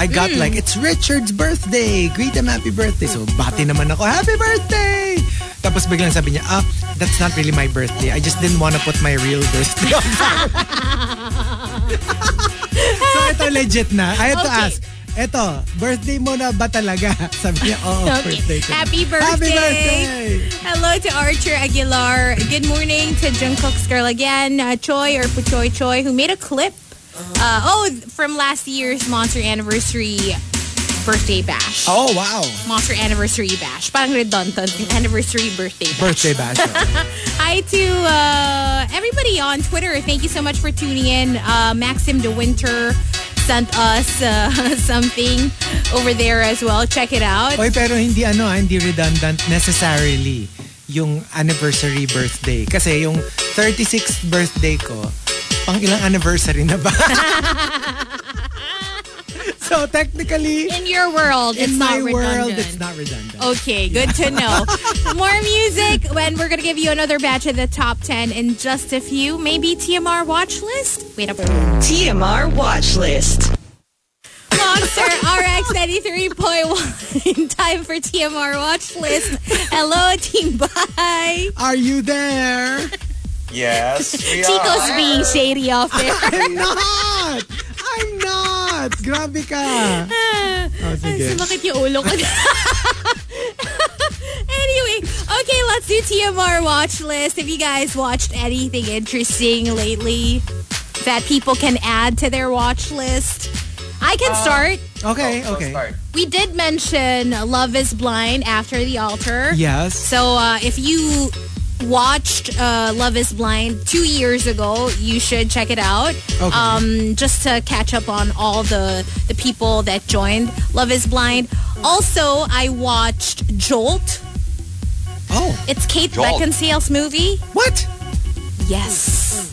I got
Hmm.
like, it's Richard's birthday. Greet him happy birthday. So, bati naman ako, happy birthday! Tapos biglang sabi niya, ah, that's not really my birthday. I just didn't want to put my real birthday on Viber." so, ito legit na. I had to
Okay.
ask, eto, birthday mo na ba talaga? Sabi niya, oo,
Okay.
birthday ko.
Happy
Happy
birthday.
birthday!
Hello to Archer Aguilar. Good morning to Jungkook's girl again, uh, Choi or Puchoy Choi, who made a clip. Uh, oh, from last year's Monster Anniversary birthday bash.
Oh, wow.
Monster Anniversary bash. Parang redundant. Anniversary birthday bash.
birthday bash.
Hi to uh, everybody on Twitter. Thank you so much for tuning in. Uh, Maxim De Winter sent us uh, something over there as well. Check it out.
Oy, pero hindi ano, ah, hindi redundant necessarily yung anniversary birthday. Kasi yung 36th birthday ko, pang ilang anniversary na ba? so technically,
In your world, it's
in my
not
world,
redundant. Oh.
it's not redundant.
Okay, good to know. More music when we're going to give you another batch of the top 10 in just a few. Maybe TMR watch list? Wait a
TMR watch list.
Monster RX 93.1. Time for TMR watch list. Hello, Team Bye.
Are you there?
Yes. we are.
Chico's being shady off there.
I'm not! I'm not! Grabe ka! Oh, sige.
Sumakit yung ulo ko. anyway, okay, let's do TMR watch list. Have you guys watched anything interesting lately that people can add to their watch list? I can
Uh,
start.
Okay,
So
okay.
start.
We did mention Love is Blind after the altar.
Yes.
So uh, if you watched uh, Love is Blind two years ago. You should check it out.
Okay.
Um, just to catch up on all the, the people that joined Love is Blind. Also, I watched Jolt.
Oh,
It's Kate
Jolt.
Beckinsale's movie.
what?
Yes.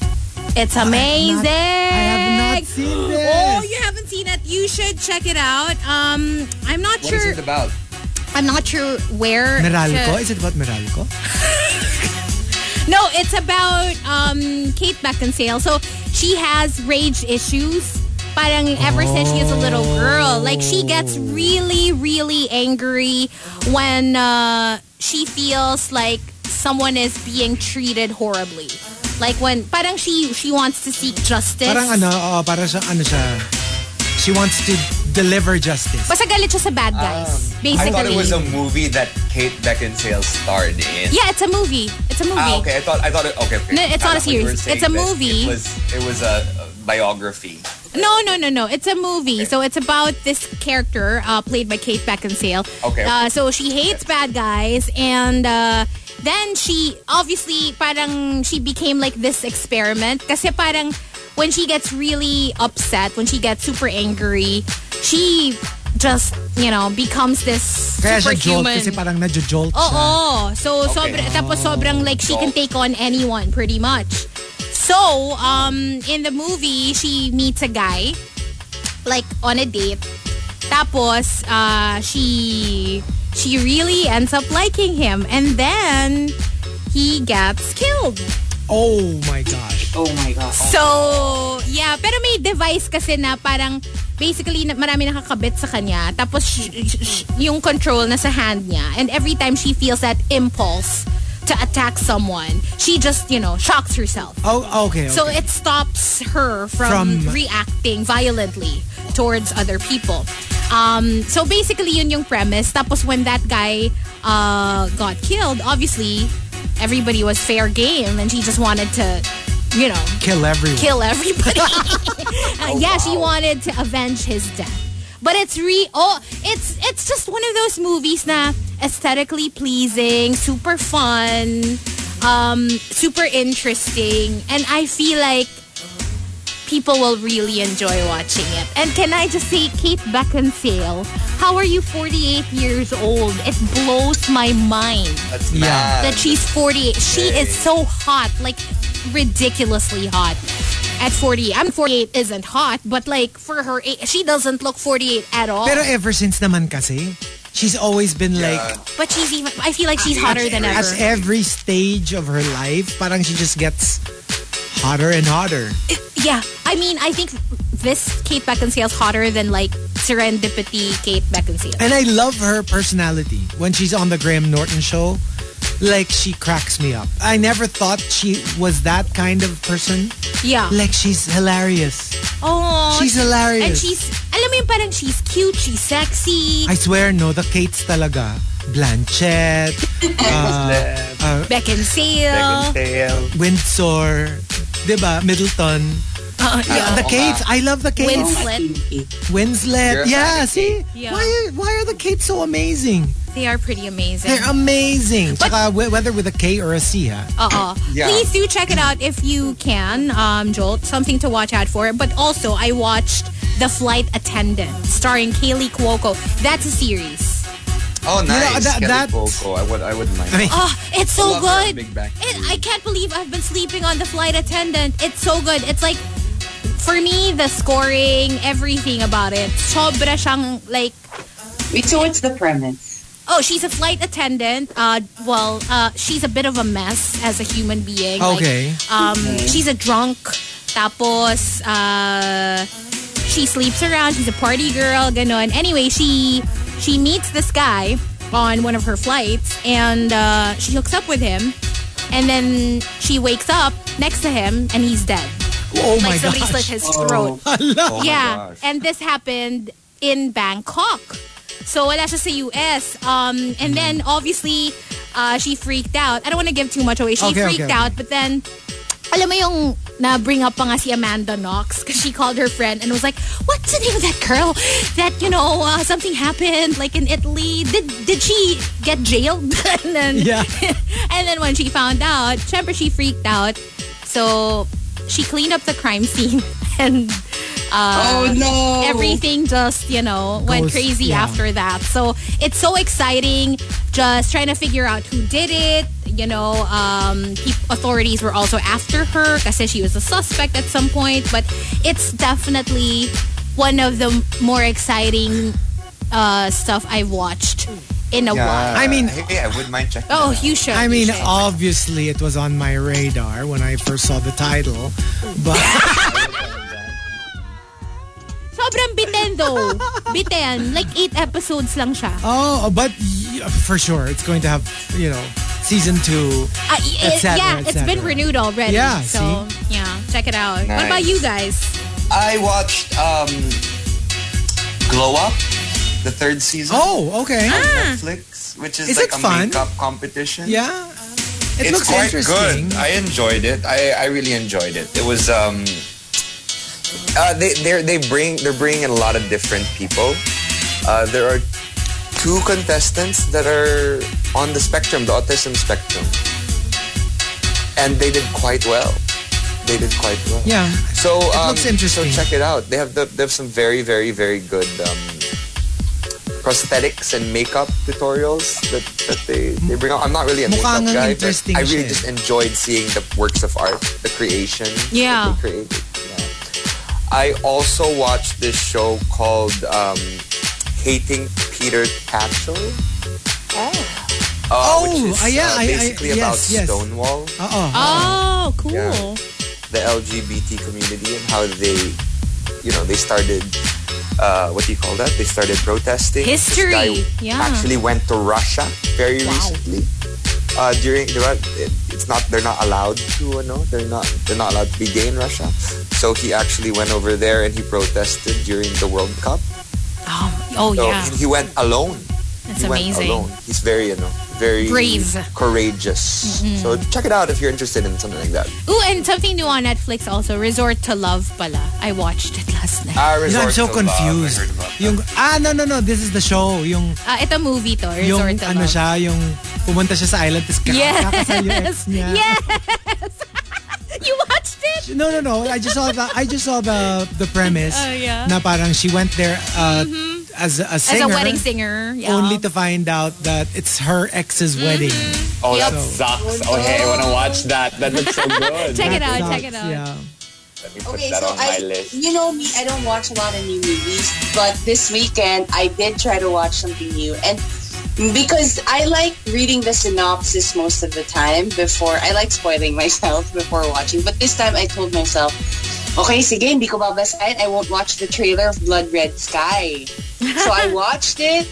It's amazing.
I have not seen this.
Oh, you haven't seen it. You should check it out. Um, I'm not
What is
sure.
it about?
I'm not sure where.
Meralco?
to-
Is it about Meralco?
No, it's about um, Kate Beckinsale. So she has rage issues. Parang ever since she was a little girl, like she gets really, really angry when uh, she feels like someone is being treated horribly. Like when parang she she wants to seek justice.
Parang ano, oo, para sa ano siya. She wants to deliver justice.
Basta galit siya sa bad guys, basically.
Ah. I thought it was a movie that Kate Beckinsale starred in.
yeah, it's a movie. It's a movie.
Ah, okay. I thought I thought it. Okay. okay.
No, it's
I
not a
thought you were
series.
saying
It's a
that
movie.
It was it was a a biography.
No, no, no, no. It's a movie. So it's about this character uh, played by Kate Beckinsale.
Okay.
Uh, so she hates bad guys and uh, then she obviously parang she became like this experiment kasi parang when she gets really upset, when she gets super angry, she just, you know, becomes this
Kaya siya jolt
superhuman.
kasi parang nadjo-jolt
Oo.
siya.
So, sobra, tapos sobrang like she can take on anyone pretty much. So, um, in the movie, she meets a guy like on a date. Tapos, uh, she she really ends up liking him. And then, he gets killed.
Oh my gosh.
Oh my God.
So, yeah. Pero may device kasi na parang basically na- marami nakakabit sa kanya. Tapos sh- sh- sh- yung control na sa hand niya. And every time she feels that impulse to attack someone, she just, you know, shocks herself.
Oh, okay. okay.
So it stops her from,
From-
reacting violently towards other people. Um, so basically, yun yung premise. Tapos when that guy uh, got killed, obviously, everybody was fair game and she just wanted to, you know,
kill everyone.
kill everybody. Uh, yeah, she wanted to avenge his death. But it's re oh, it's it's just one of those movies na aesthetically pleasing, super fun, um, super interesting, and I feel like people will really enjoy watching it. And can I just say, Kate Beckinsale, how are you 48 years old? It blows my mind
That's
Yeah.
mad.
that she's 48. She
Okay.
is so hot, like ridiculously hot. At 40, I'm 48 isn't hot, but like for her, age, she doesn't look 48 at all.
Pero ever since naman kasi, she's always been like,
but she's even, I feel like she's hotter than
at
ever.
every stage of her life, parang she just gets hotter and hotter.
yeah, I mean, I think this Kate Beckinsale's hotter than like Serendipity Kate Beckinsale.
And I love her personality. When she's on the Graham Norton show, like she cracks me up. I never thought she was that kind of person.
Yeah.
Like she's hilarious.
Oh,
She's
and
hilarious.
she's, alam mo yung parang she's cute, she's sexy.
I swear, no, the Kates talaga. Blanchett,
Beckinsale.
Beckinsale.
Windsor, diba? Middleton.
Uh, yeah.
The Kates, I love the Kates.
Winslet.
Winslet.
You're a
Yeah,
fan of
see?
Yeah.
Why, are- why are the Kates so amazing?
They are pretty amazing.
They're amazing. Tsaka, wh- whether with a K or a C, ha?
Uh-uh.
Yeah.
Please do check it out if you can, um, Jolt. Something to watch out for. But also, I watched The Flight Attendant, starring Kaylee Cuoco. That's a series.
Oh,
know,
nice.
that-
Kelly
that's-
Cuoco. I would. I wouldn't mind.
I mean,
Oh, it's so
Love her on
good.
Big Bang
It,
Theory.
I can't believe I've been sleeping on The Flight Attendant. It's so good. It's like, for me, the scoring, everything about it. Sobra siyang, like,
Wait, so what's the premise?
Oh, she's a flight attendant. Uh, well, uh, she's a bit of a mess as a human being.
Okay.
Like, um, she's a drunk. Tapos, uh, she sleeps around. She's a party girl. Ganon. Anyway, she she meets this guy on one of her flights, and uh, she hooks up with him. And then she wakes up next to him, and he's dead.
oh my
like somebody slit
gosh.
his throat.
Oh my
Yeah,
gosh.
and this happened in Bangkok. So wala siya sa US. Um, and then obviously, uh, she freaked out. I don't want to give too much away. She
Okay,
freaked
okay, okay.
out, but then, alam mo yung na bring up pa nga si Amanda Knox because she called her friend and was like, what's the name of that girl that, you know, uh, something happened like in Italy? Did did she get jailed? and then,
Yeah.
and then when she found out, syempre she freaked out. So she cleaned up the crime scene and uh,
Oh, no.
everything just, you know, went
Goes-
crazy
yeah.
after that. So it's so exciting just trying to figure out who did it. You know, um, peop authorities were also after her because she was a suspect at some point. But it's definitely one of the more exciting uh, stuff I've watched in a while.
I mean-
hey, I would mind checking.
Oh, you should.
I
you
mean, uh,
should.
obviously, it was on my radar when I first saw the title, but
Sobrang biten though. biten. Like eight episodes lang siya.
oh, but y- for sure, it's going to have you know season two.
Uh, y-
Et
it-
cetera,
yeah,
et
it's been
cetera.
renewed already.
Yeah,
So, yeah, check it out. What about
Nice.
you guys?
I watched um, Glow Up, the third season
Oh, okay,
Ah.
on Netflix, which is,
Is
like
it
a
fun?
makeup competition.
yeah, it
it's
looks
quite
interesting.
good. I enjoyed it. I, I really enjoyed it. It was um, uh, they they they bring they're bringing in a lot of different people. Uh, there are two contestants that are on the spectrum, the autism spectrum, and they did quite well. They did quite well.
Yeah,
So um,
looks interesting.
So check it out. They have the, they have some very very very good um, prosthetics and makeup tutorials that, that they, they bring out. I'm not really a
Mukhang
makeup
ang
guy, but
interesting
I really
siya eh.
just enjoyed seeing the works of art, the creation.
Yeah.
That they created. Yeah. I also watched this show called um, Hating Peter Tatchell. Oh.
Oh,
which is, uh,
ah, yeah, I- I-
basically
yes,
about
yes.
Stonewall
Uh-oh.
Oh, cool.
Yeah. the LGBT community and how they, you know, they started, uh, what do you call that? They started protesting. This
History,
guy
yeah.
Actually went to Russia very
Wow.
recently. Uh, during the Ru- it, it's not they're not allowed to uh, no they're not they're not allowed to be gay in Russia. So he actually went over there and he protested during the World Cup.
Oh, oh
So
yeah.
he went alone.
That's
he went
amazing.
alone. He's very you know very
Brave. Mm-hmm.
courageous. So check it out if you're interested in something like that.
Ooh, and something new on Netflix also, Resort to Love pala. I watched it last night.
I
You know, I'm
resort
so
to love. I
confused.
heard about that.
Yung ah no no no, this is the show. Yung
Ah.
Uh, ito movie to,
yung
Resort to
ano
Love.
siya, yung pumunta siya sa island tapos
Yes.
kakasal yung ex niya.
Yes! you watched it?
No, no, no. I just saw the I just saw the the premise.
Oh, yeah. Mm-hmm.
Na parang she went there uh, as a
As
singer.
a wedding singer. Yeah. Mm-hmm.
Only to find out that it's her ex's wedding.
Oh,
Yep.
that sucks. Oh, hey, I want to watch that. That looks so good.
Check it out,
Sucks,
check it out.
Yeah.
Let me put
Okay,
that
so
on
I,
my list.
you know me, I don't watch a lot of new movies, but this weekend I did try to watch something new, and because I like reading the synopsis most of the time before, I like spoiling myself before watching. But this time I told myself, okay, sige, hindi ko babasahin. I won't watch the trailer of Blood Red Sky. so I watched it,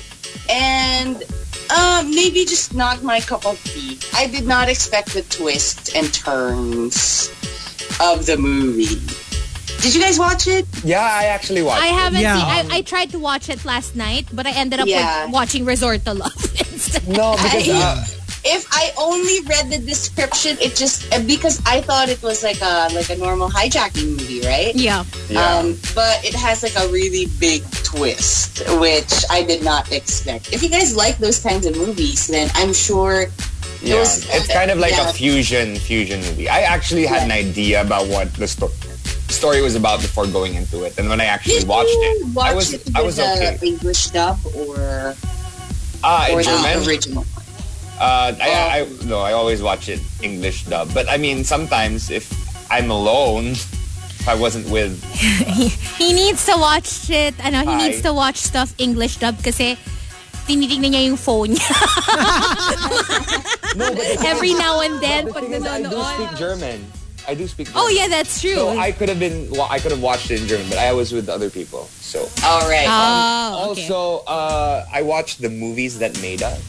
and um, maybe just not my cup of tea. I did not expect the twists and turns of the movie. Did you guys watch it?
Yeah, I actually watched.
I
it.
haven't
Yeah.
seen I, I tried to watch it last night, but I ended up
Yeah.
with watching Resort to Love instead.
No, because uh,
If I only read the description, it just uh, because I thought it was like a like a normal hijacking movie, right?
Yeah.
yeah.
Um, but it has like a really big twist, which I did not expect. If you guys like those kinds of movies, then I'm sure
yeah.
those-
it's kind of like
yeah.
a fusion fusion movie. I actually had an idea about what the sto- story was about before going into it, and when I actually
Did
watched
you
it, I
watch
was
it with
I was okay.
the English dub or
Ah, in
or the
German.
original? Oh.
Uh, I, I no, I always watch it English dub, but I mean sometimes if I'm alone, if I wasn't with
He needs to watch it. Ano, he
Hi.
needs to watch stuff English dub kasi tinitingnan niya yung phone niya. Every now and then, pag
I do
nanonood.
speak German. I do speak. German.
Oh yeah, that's true.
So I could have been, well, I could have watched it in German, but I was with other people. So
All right.
oh, okay.
also, uh, I watched the movies that made us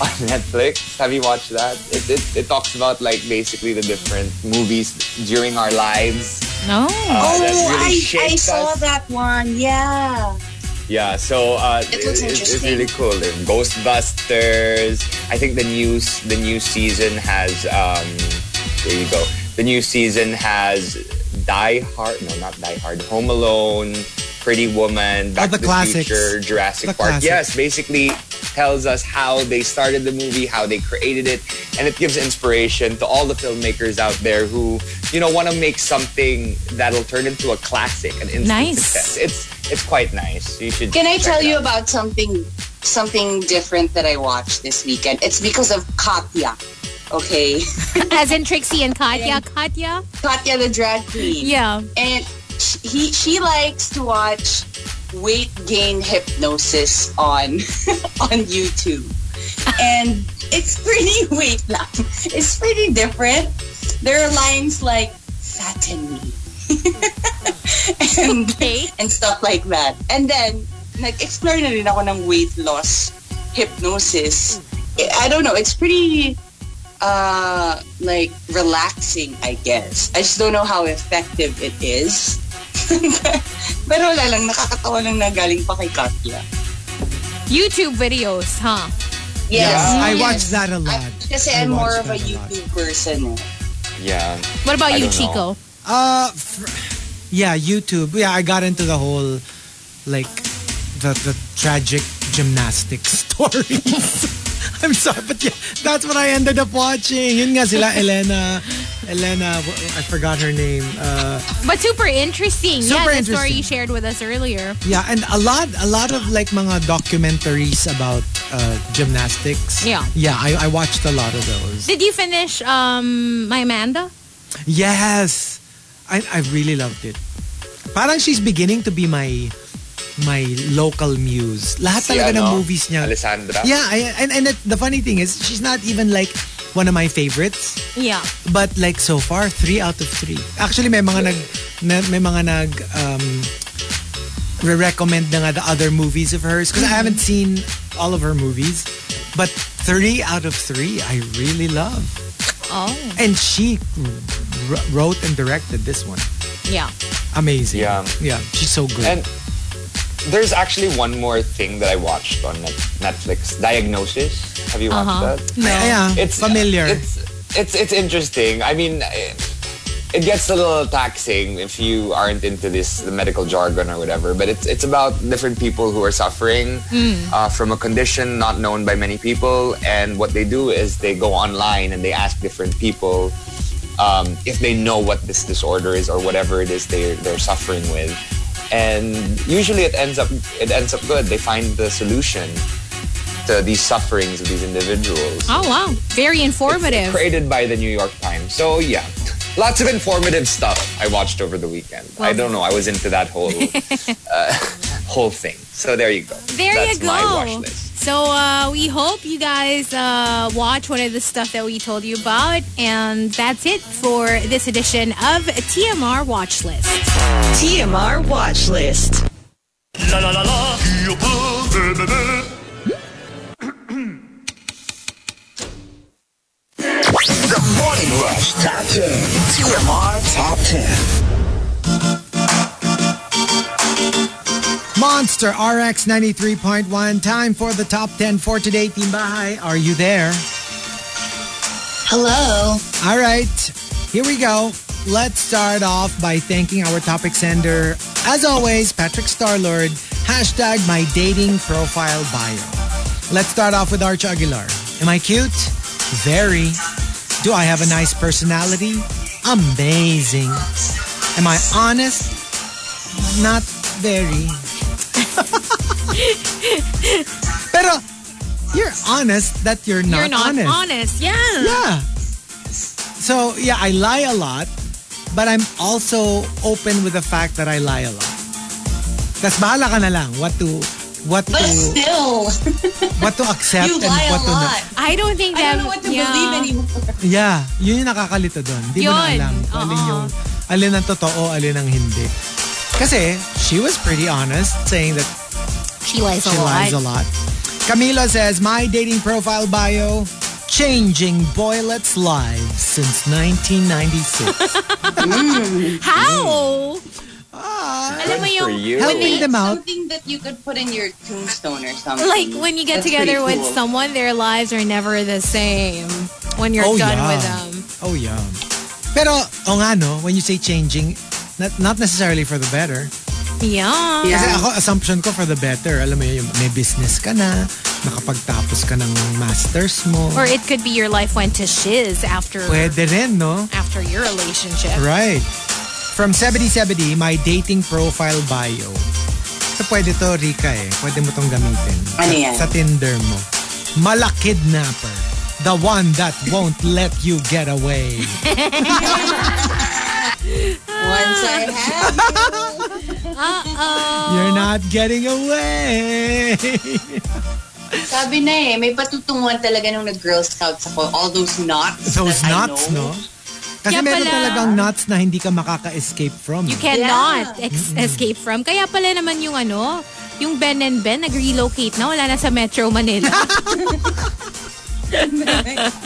on Netflix. Have you watched that? It, it, it talks about like basically the different movies during our lives.
no.
uh,
oh,
that really
I, I
shaped
saw
us.
that one. Yeah.
Yeah, so uh,
It
it's
looks interesting.
really cool. There are Ghostbusters. I think the new the new season has. Um, there you go. the new season has Die Hard, no, not Die Hard, Home Alone, Pretty Woman, Back
the
to the
classics.
Future, Jurassic
The
Park.
classics.
Yes, basically tells us how they started the movie, how they created it, and it gives inspiration to all the filmmakers out there who, you know, want to make something that'll turn into a classic, an instant
Nice.
success. It's it's quite nice. You should.
Can I
check
tell
it
you
out.
about something something different that I watched this weekend? It's because of Katya. Okay,
As in Trixie and Katya. Katya?
Katya the drag queen.
Yeah.
and sh- he she likes to watch weight gain hypnosis on on YouTube, and it's pretty weight It's pretty different. There are lines like "fatten me" and
Okay.
and stuff like that. And then nag-explore na rin ako ng weight loss hypnosis. I- I don't know. It's pretty uh like relaxing I guess I just don't know how effective it is pero wala lang nakakatawa lang na galing pa kay Katya
YouTube videos, huh?
yes
I
yes.
watch that a lot.
kasi
I
I'm more
watch
of a
that a lot.
YouTube person eh.
Yeah.
What about
I
you,
don't
Chico?
know.
Uh, fr- yeah, YouTube. Yeah, I got into the whole like the the tragic gymnastics stories. I'm sorry, but yeah, that's what I ended up watching. Yun nga sila Elena, Elena. wh- I forgot her name. Uh,
But super interesting. yeah,
Super
the
interesting.
story you shared with us earlier.
yeah, and a lot, a lot of like mga documentaries about uh, gymnastics.
Yeah.
yeah. I, I watched a lot of those.
Did you finish um my Amanda?
Yes, I I really loved it. Parang she's beginning to be my my local muse. Lahat
Si
talaga ng
ano,
movies niya.
Alessandra.
Yeah, I, and and it, the funny thing is, she's not even like one of my favorites.
Yeah.
But like so far, three out of three. Actually, may mga nag na, may mga nag um, re-recommend na nga the other movies of hers because I haven't seen all of her movies. But three out of three, I really love.
Oh.
And she wr- wrote and directed this one.
Yeah.
Amazing.
Yeah.
Yeah. She's so good.
And there's actually one more thing that I watched on Net- Netflix. Diagnosis. Have you watched
Uh-huh.
that?
No.
yeah.
It's
familiar.
It's it's it's interesting. I mean, it, it gets a little taxing if you aren't into this the medical jargon or whatever. But it's it's about different people who are suffering uh, from a condition not known by many people, and what they do is they go online and they ask different people um, if they know what this disorder is or whatever it is they're they're suffering with. And usually it ends up it ends up good. They find the solution to these sufferings of these individuals.
Oh wow. Very informative.
Created by the New York Times. So yeah, lots of informative stuff I watched over the weekend. I don't know. I was into that whole uh, whole thing. So there you go.
There
That's
you go.
My watch list.
So uh, we hope you guys uh, watch one of the stuff that we told you about, and that's it for this edition of TMR Watch List.
TMR Watch List.
La la la la, qui au pot, bleu, bleu, bleu.
The Morning Rush Top 10. TMR Top 10.
Monster RX 93.1. Time for the top 10 for today. Team Bahay, are you there?
Hello.
All right, here we go. Let's start off by thanking our topic sender, as always, Patrick Starlord, hashtag my dating profile bio. Let's start off with Arch Aguilar. Am I cute? Very. Do I have a nice personality? Amazing. Am I honest? Not very. Pero, you're honest that you're not,
You're not honest. Yeah.
yeah. So yeah, I lie a lot, but I'm also open with the fact that I lie a lot. Tas bahala ka na lang what to what
but
to
still
what to accept
you
and
lie a
what to not.
lot
I don't think that.
I don't know what to
yeah.
believe anymore
Yeah, yun yung nakakalito doon. Di mo na
Yun.
alam kung alin
Uh-huh.
Oo.
yung alin ang totoo, alin ang hindi. Kasi she was pretty honest saying that
She lies
She lies a lot. Camila says, my dating profile bio, changing boylets lives since 1996.
How?
Ah.
Alam mo
Good for
yung
you.
Helping them out.
something that you could put in your tombstone or something
like when you get
That's
together
pretty
with
cool.
someone, their lives are never the same when you're
Oh,
done um,
yeah.
with them.
Oh, yeah. Pero, o nga no, when you say changing, not, not necessarily for the better.
Yeah.
Kasi ako, assumption ko for the better. Alam mo yun, yung may business ka na, nakapagtapos ka ng masters mo.
Or it could be your life went to shiz after
Pwede rin, no?
after your relationship.
Right. From 7070, my dating profile bio. So pwede to, Rika eh. Pwede mo tong gamitin.
Ano yan?
Sa Tinder mo. Malakidnapper. The one that won't let you get away.
Once I have,
You're not getting away.
sabi na eh, may patutunguhan talaga nung nag-Girl Scouts ako. All those knots
Those
that
knots,
I know.
no? Kasi
Kaya
meron
pala-
talagang knots na hindi ka makaka-escape from.
You cannot ex- escape from. Kaya pala naman yung ano, yung Ben and Ben nag-relocate na. Wala na sa Metro Manila.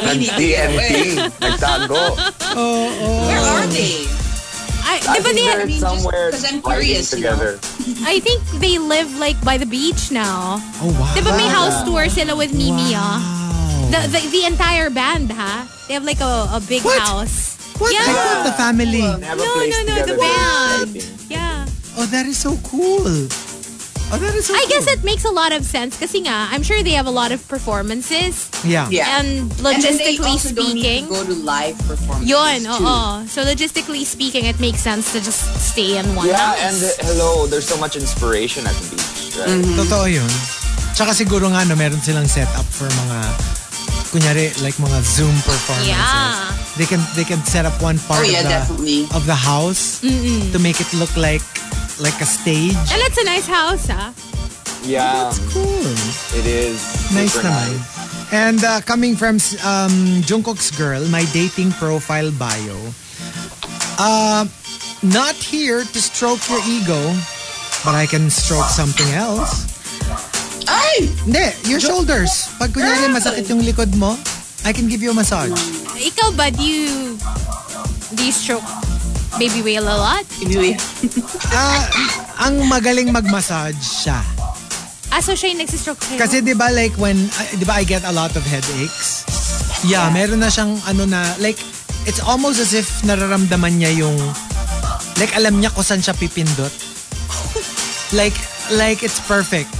Nag-TNT. Nagtago.
Oo, oo.
Where are they?
Ay, di ba they,
I mean, just
somewhere
because I'm
fighting
curious, you know?
together.
I think they live like by the beach now.
Oh, wow.
Di ba may house tour sila with Mimi ah?
Wow.
The, the, the entire band ha? They have like a, a big
What?
house.
What?
Yeah.
I thought the family.
Have
No,
a place
no, no,
together.
the band.
Fighting.
Yeah.
Oh, that is so cool. Oh, that is so
I guess
cool.
it makes a lot of sense kasi nga, I'm sure they have a lot of performances.
Yeah.
Yeah.
And
and then they
logistically
also don't need
speaking,
to go to live performances.
Yun,
too.
oo. So logistically speaking, it makes sense to just stay in one
Yeah, and
house.
uh, hello, there's so much inspiration at the beach, right?
Mm-hmm.
Totoo yun. Tsaka siguro nga no, meron silang setup for mga kunyari like mga Zoom performances.
Yeah.
They can they can set up one part
Oh,
of,
yeah,
the,
definitely.
of the house to make it look like like a stage.
And that's a nice house, ah.
Yeah,
Cool.
it is.
Hmm, Nice
super
naman. And uh, coming from um, Jungkook's girl, my dating profile bio. Uh, not here to stroke your ego, but I can stroke something else.
Ay!
Hindi, your shoulders. Pag kunyari masakit yung likod mo, I can give you a massage.
Ikaw ba, do you, do you stroke baby whale a lot?
Anyway,
Ah, ang magaling mag-massage siya.
Ah, so siya yung nagsistroke sa'yo?
Kasi 'di ba like when ah, 'di ba I get a lot of headaches? Yeah, meron na siyang ano na like it's almost as if nararamdaman niya yung like alam niya kung saan siya pipindot. like like it's perfect.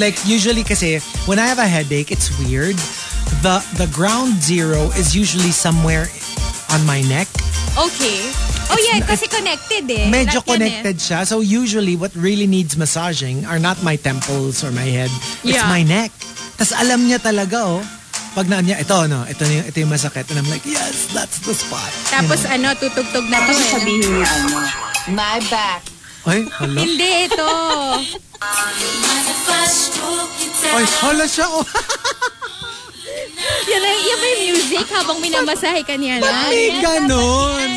Like usually kasi when I have a headache, it's weird. The the ground zero is usually somewhere on my neck.
Okay. Oh yeah, kasi connected eh.
Medyo
Lahat yun
connected
Eh.
siya. So usually what really needs massaging are not my temples or my head. It's
Yeah.
my neck. Tas alam niya talaga oh. Pag na niya, ito no, ito, na yung, ito yung masakit. And I'm like, yes, that's the spot.
Tapos ano, tutugtog na to
tapos
eh.
sabihin niya ano, my back.
Ay, hala.
Hindi ito.
Ay, hala siya. Oh.
Yan ay, yan ba yung music habang minamasahe ka niya
Ba't
na?
may ganon?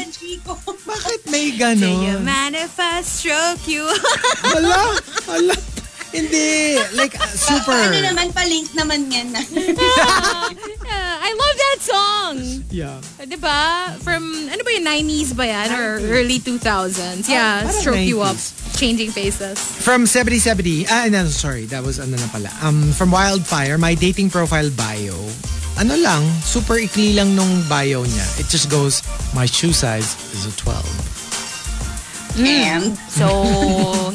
Bakit may
Do you
ganon?
manifest stroke you?
Hala, hala. Hindi. Like, uh,
Ano
super.
naman, palink naman yan na.
Uh, I love that song.
Yeah.
Uh, 'di ba? From, ano ba yung 90s ba yan? Or early 2000s? Yeah,
parang
stroke you up.
90s.
Changing faces.
From 7070, ah, no, sorry, that was ano na pala. Um, from Wildfire, my dating profile bio, ano lang, super ikli lang nung bio niya. It just goes, my shoe size is a 12. Mm.
And,
So,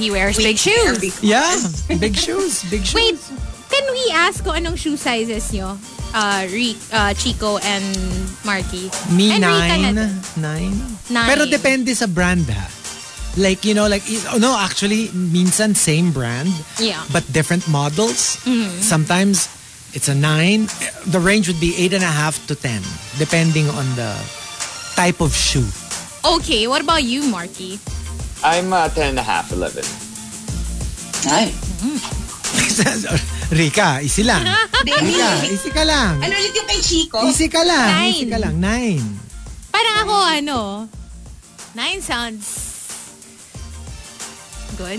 he wears big
there
shoes.
because-
Yeah, big shoes, big shoes.
Wait, can we ask kung anong shoe sizes nyo? Uh, Re- uh, Chico and Marky.
Me,
and Rika na
nine.
din.
Nine?
Nine.
Pero depende sa brand ha. Like, you know, like, is- oh, no, actually, minsan same brand.
Yeah. Mm-hmm.
But different models. Sometimes, it's a nine. The range would be eight and a half to ten. Depending on the type of shoe.
Okay, what about you, Marky?
nice. I'm uh, 10 and a half, 11.
Ay.
Rika, easy lang. Rika, easy ka lang.
Ano ulit yung kay Chico?
Easy ka lang.
Nine.
Easy ka lang. Nine.
Para ako, ano, nine sounds good.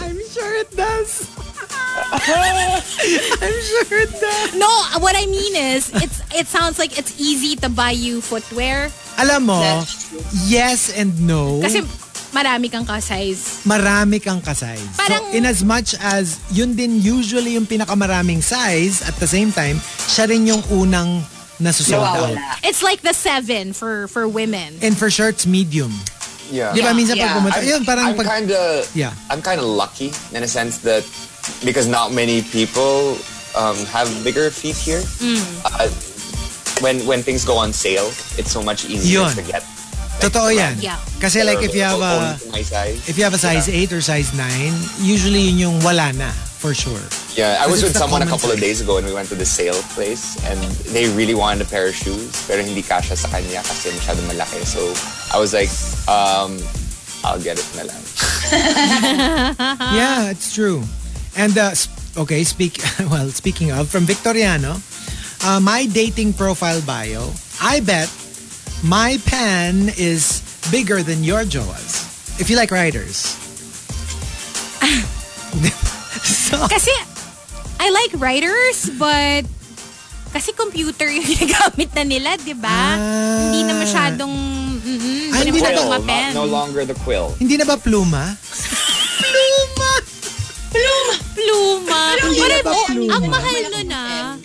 I'm sure it does. I'm sure it does.
No, what I mean is, it's it sounds like it's easy to buy you footwear.
Alam mo,
That's true.
yes and no.
Kasi marami kang ka-size.
marami kang ka-size.
Parang-
so, in as much as yun din usually yung pinakamaraming size, at the same time, siya rin yung unang nasusold out.
Nawawala.
It's like the seven for for women.
And for sure, it's medium.
Yeah.
Di ba minsan pag
Yeah.
pumunta,
I'm,
yun, parang
I'm
pag,
kind of
Yeah.
I'm kind of lucky in a sense that because not many people um, have bigger feet here. Uh, when when things go on sale, it's so much easier
Yun.
to get.
totoo yan.
Yeah.
Kasi like if you have a,
Only to my size.
if you have a size 8 or size 9, usually yun yung wala na, for sure.
Yeah, I
Because
was
it's
with
the
someone a
common
couple of
size.
days ago and we went to the sale place and they really wanted a pair of shoes pero hindi kasha sa kanya kasi masyado malaki. So I was like, um, I'll get it na lang.
Yeah, it's true. And uh, s- okay, speak well, speaking of from Victoriano, uh, my dating profile bio, I bet my pan is bigger than your joas. If you like riders. so,
Kasi I like writers but kasi computer yung ginagamit na nila, di
Ah.
ba? hindi na masyadong mm-mm,
Ah,
hindi
hindi na-
na masyadong
Quill,
mapen.
not, no longer the quill.
hindi na ba pluma? pluma!
Pluma. Pluma.
hindi
What
na
if-
ba
oh,
pluma?
Ang mahal nun
Malaki
ah. Ang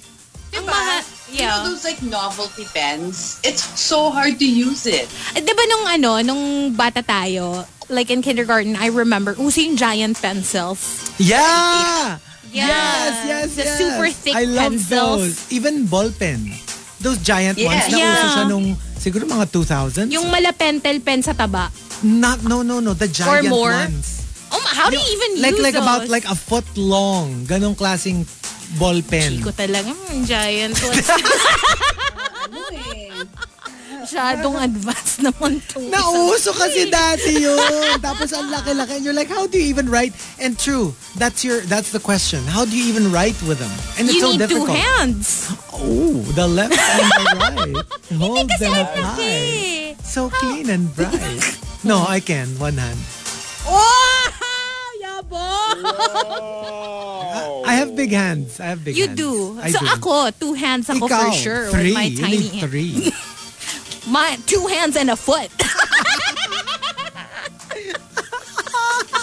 Diba?
mahal.
You know
Yeah.
those like novelty pens? It's so hard to use it.
Eh, Di ba nung ano, nung bata tayo, like in kindergarten, I remember, uso yung giant pencils.
Yeah!
Yeah.
Yes, yes,
The
yes.
super thick
I love
pencils.
those. Even ball pen. Those giant
Yeah.
ones na uso
Yeah.
siya nung siguro mga 2000s.
Yung malapentel pen sa taba.
Not no no no the giant
more?
ones.
Oh, ma- how do you even
Like
use
like
those?
about like a foot long. Ganong klaseng ball pen.
Ko talaga, mm, giant. ones. Masyadong advanced naman to.
Nauso kasi dati yun. Tapos ang laki-laki. You're like, how do you even write? And true, that's your that's the question. How do you even write with them? And it's
you
so
need two
difficult.
hands.
Oh, the left and the right. Hold them up high.
Kasi,
So clean and bright. No, I can. One hand.
oh, yabo!
I have big hands. I have big
You
hands.
do.
I
so
do.
ako, two hands ako
Ikaw,
for sure.
three.
with my
You
tiny
need
hand.
three.
My, two hands and a foot.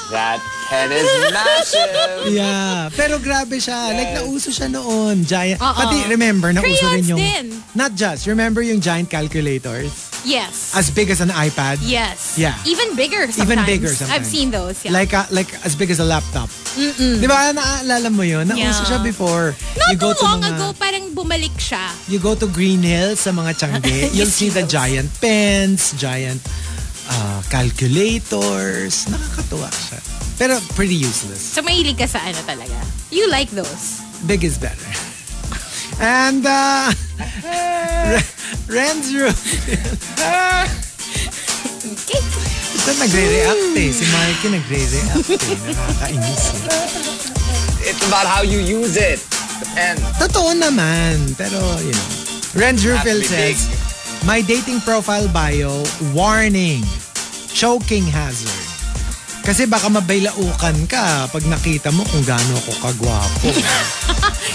That pen is massive.
Yeah. Pero grabe siya. Like, nauso siya noon. Giant.
Oo.
Pati, remember, nauso
Crayons
rin yung...
din.
Not just. Remember yung giant calculators?
yes.
As big as an iPad?
yes.
Yeah.
Even bigger sometimes.
Even bigger sometimes.
I've seen those, yeah.
Like, a, like as big as a laptop. Mm-mm. Di ba? Naaalala mo yun? Nauso
Yeah.
siya before.
Not
you go
too long
to mga,
ago, parang bumalik siya.
You go to Green Hills sa mga Changi.
You
you'll see
see
the
those.
giant pens, giant uh, calculators. Nakakatuwa siya. Pero pretty useless.
So, mahilig ka sa ano talaga. You like those.
Big is better. And uh, Re- Renz Ru-
Okay.
Ito nagre-react eh. Si Mikey nagre-react eh. Nakakainis eh.
It's about how you use it. The pen.
Totoo naman. Pero, you know. Renz Rufil
Have to be big.
says, My dating profile bio, warning, choking hazard. Kasi baka mabailaukan ka pag nakita mo kung gaano ako kagwapo.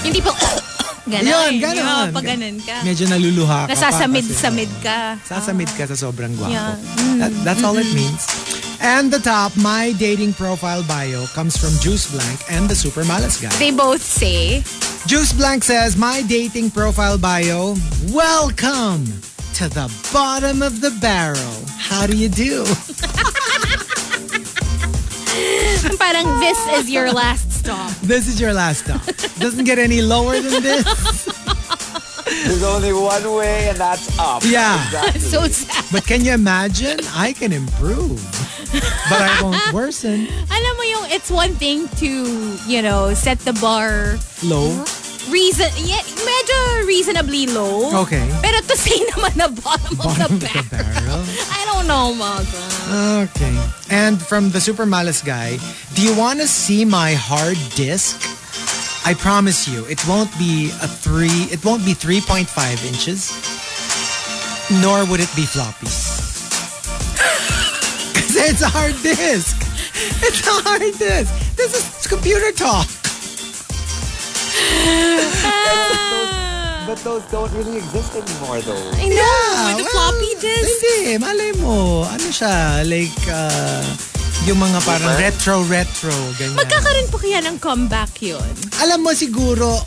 Yung tipong, ganon.
Yun,
Yung
ganon.
mga pag ganon ka.
Medyo naluluha ka pa. kasi-
Nasasamid-samid ka.
Sasamid ka sa sobrang gwapo.
Yeah. Mm-hmm.
That- that's all it means. And the top, my dating profile bio comes from Juice Blank and the Super Malas guy.
They both say,
Juice Blank says, my dating profile bio, welcome to the bottom of the barrel. How do you do?
parang this is your last stop.
This is your last stop. Doesn't get any lower than this.
There's only one way and that's up.
Yeah.
Exactly.
So sad.
But can you imagine? I can improve. But I won't worsen.
Alam mo yung, it's one thing to, you know, set the bar
Low.
reason, yeah, medyo reasonably low.
Okay.
Pero to say naman na bottom,
Bottom
of the barrel.
barrel.
I don't know, Maga.
Okay. And from the Super Malas guy, do you want to see my hard disk? I promise you, it won't be a three. It won't be three point five inches. Nor would it be floppy. Cause it's a hard disk. It's a hard disk. This is computer talk.
But those don't really exist anymore though.
Ah, I know,
Yeah,
with the
well,
floppy disk.
Hindi, malay mo. Ano siya? Like, uh, yung mga parang retro-retro, ganyan.
Magkakaroon po kaya ng comeback yun.
alam mo siguro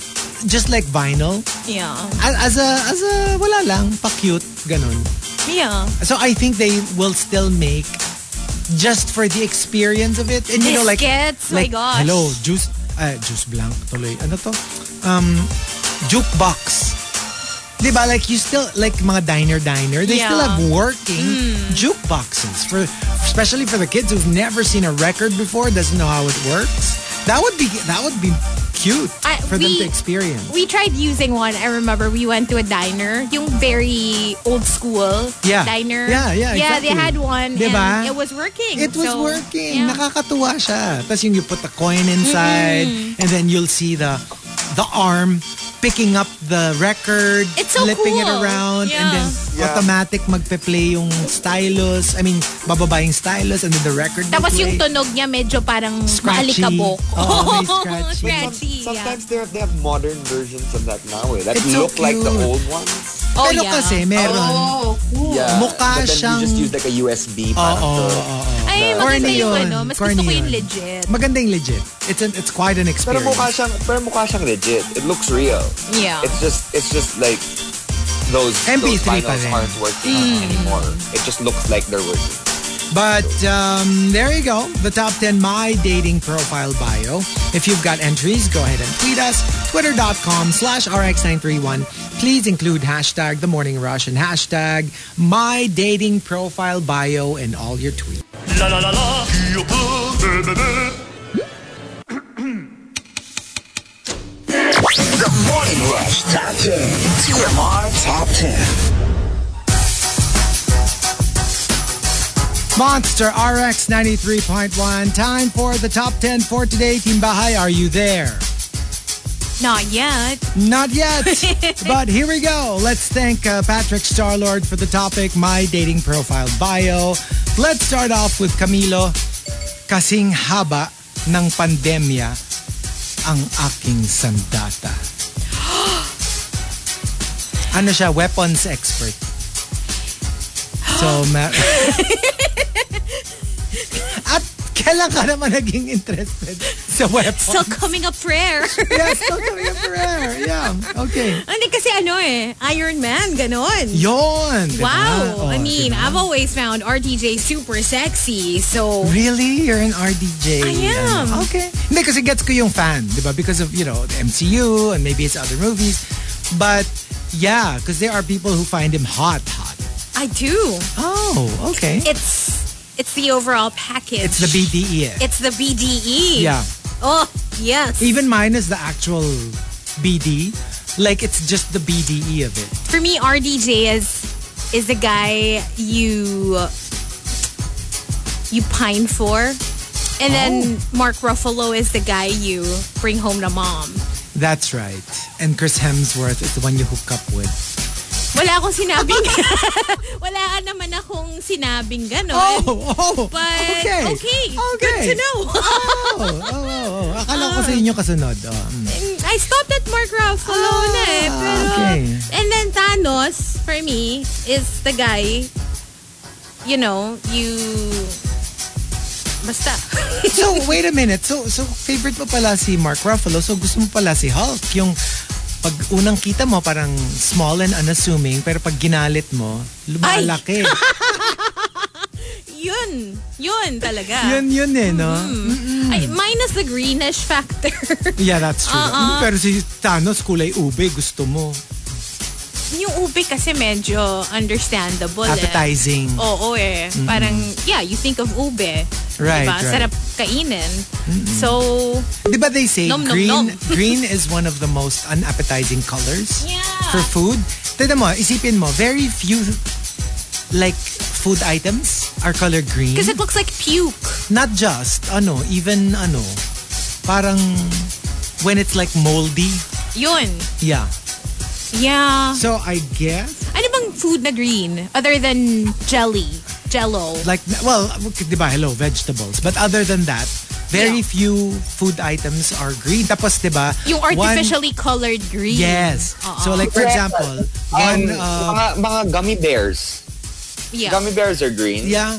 just like vinyl.
Yeah.
A- As a, as a, wala lang, pa-cute, ganun.
Yeah.
So I think they will still make just for the experience of it. And you know, like,
Biscuits, my
like
gosh.
hello, juice, uh, juice blank, tuloy. Ano to? Um, jukebox. Diba, like you still, like mga diner diner, they
Yeah. Hmm.
still have working jukeboxes for, especially for the kids who've never seen a record before, doesn't know how it works. That would be, that would be cute
I-
for them
we-
to experience.
We tried using one. I remember we went to a diner, yung very old school
Yeah.
diner.
Yeah, yeah,
Yeah, they
exactly.
had one.
Diba?
And it was working.
It was
So,
working.
yeah.
Nakakatuwa siya. Tapos yung you put the coin inside
Mm-hmm.
and then you'll see the the arm picking up the record,
It's so
flipping it
cool.
around, and
Yeah.
then
Yeah.
automatic magpe-play yung stylus. I mean, bababa yung stylus and then the record will
Tapos yung
play.
tunog niya medyo parang
Scratchy.
maalikabok.
Oo, may scratchy.
Scratchy, yeah.
Sometimes they have, they have modern versions of that now eh, that
It's so
look like the
cute.
old ones.
Oh,
Pero
yeah. Oh.
kasi meron.
Oh,
Yeah,
Mukha
but then
siyang-
you just use like a USB. para
Oo,
to-
oo, oo.
Ay, maganda
Corny
yung
yun.
ano. Mas
Corny
gusto ko yung
yun.
legit.
Maganda yung legit. It's an, it's quite an
Pero
experience.
mukha siyang, pero mukha siyang legit. It looks real.
Yeah.
It's just, it's just like those, those
MP3 pa
vinyls
rin.
aren't working
Mm.
anymore. It just looks like they're working.
But um, there you go. The top 10 My Dating Profile Bio. If you've got entries, go ahead and tweet us. Twitter.com slash RX931. Please include hashtag The Morning Rush and hashtag My Dating Profile Bio in all your tweets.
La la la la, qui peut bébé
The Morning Rush Top 10. TMR Top 10.
Monster RX 93.1. Time for the top 10 for today. Team Bahay, are you there?
Not yet.
Not yet. but here we go. Let's thank uh, Patrick Starlord for the topic My Dating Profile Bio. Let's start off with Camilo. Kasing haba ng pandemya ang aking sandata. ano siya? Weapons expert. So, ma- At kailan ka naman naging interested sa weapons?
Still coming up prayer.
yes, still coming up for air. Yeah, okay.
Hindi kasi ano eh, Iron Man, ganon.
Yon! diba? Oh,
Wow. I mean,
diba?
I've always found RTJ super sexy. So,
Really? You're an RDJ?
I am.
Ano? Okay. Hindi, kasi gets ko yung fan, di ba? Because of, you know, the MCU and maybe it's other movies. But, yeah, because there are people who find him hot, hot.
I do.
Oh, okay.
It's it's the overall package.
It's the E. BDE.
It's the BDE.
Yeah.
Oh, yes.
Even minus the actual BD. Like, it's just the BDE of it.
For me, RDJ is is the guy you you pine for. And then
Oh.
Mark Ruffalo is the guy you bring home to mom.
That's right. And Chris Hemsworth is the one you hook up with.
Wala akong sinabing... wala naman akong sinabing ganon.
Oh, oh,
But
okay.
okay,
Okay.
good to know.
Oh,
Uh-huh.
oh, oh, oh. Akala ko sa inyo kasunod. Oh, mm.
I stopped at Mark Ruffalo
Ah,
na eh. Pero,
okay.
And then Thanos, for me, is the guy, you know, you... Basta.
So, wait a minute. So, so favorite mo pala si Mark Ruffalo. So, gusto mo pala si Hulk. Yung pag unang kita mo, parang small and unassuming. Pero pag ginalit mo, lumalaki.
yun. Yun talaga.
yun, yun eh, no?
Mm-hmm. Ay, minus the greenish factor.
Yeah, that's true. Mm,
Uh-uh.
Pero si Thanos, kulay ube. Gusto mo.
yung ube kasi medyo understandable eh.
Appetizing.
Oo eh. Parang, yeah, you think of ube.
Right,
diba?
right.
Sarap kainin. So,
Di ba they say
Oh. Nom, nom,
green
nom.
green is one of the most unappetizing colors
Yeah.
for food? Tignan mo, isipin mo, very few like food items are colored green.
because it looks like puke.
Not just, ano, even ano, parang when it's like moldy.
Yun.
Yeah.
Yeah.
So I guess,
Ano bang food na green other than jelly, jello?
like, well, di ba, hello, vegetables. But other than that, very
Yeah.
few food items are green. Tapos, di ba,
Yung
one-
artificially colored green. Uh-uh.
Yes. So like for example, one
Um,
uh,
mga, mga gummy bears.
Yeah.
Gummy bears are green.
yeah,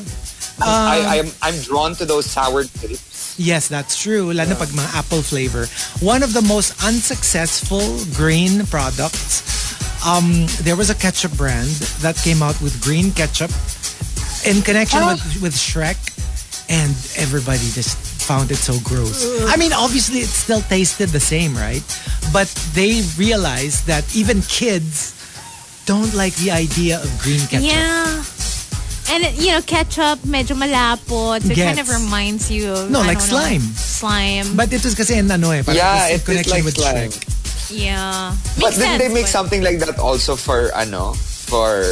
I, I'm, I'm drawn to those sour grapes.
Yes, that's true. Lalo na pag mga apple flavor. One of the most unsuccessful green products. Um, there was a ketchup brand that came out with green ketchup in connection with, with Shrek, and everybody just found it so gross. I mean, obviously, it still tasted the same, right? But they realized that even kids don't like the idea of green ketchup.
Yeah. And, you know, ketchup, medyo malapot. So it kind of
Gets.
reminds you of,
No,
I
like
don't know,
slime.
slime.
But it was kasi in ano eh, parang
Yeah,
it was in
it
connection
is like
with
slime.
Shrek.
yeah.
But
Makes
didn't they
sense,
make
but-
something like that also for ano? For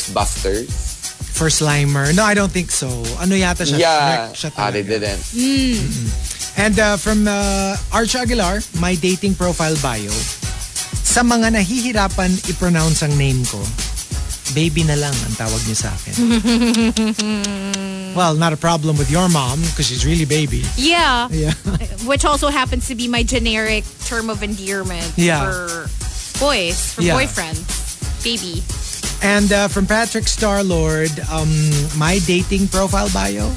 Ghostbusters?
For Slimer. No, I don't think so. Ano yata siya?
yeah.
Shrek siya
ah, they
talaga.
didn't.
Hmm.
And uh, from uh, Arch Aguilar, my dating profile bio, sa mga nahihirapan i-pronounce ang name ko, baby na lang ang tawag niyo sa akin. well, not a problem with your mom because she's really baby.
Yeah.
Yeah.
Which also happens to be my generic term of endearment
Yeah.
for boys, for
Yeah.
boyfriend, baby.
And uh, from Patrick Starlord, um, my dating profile bio,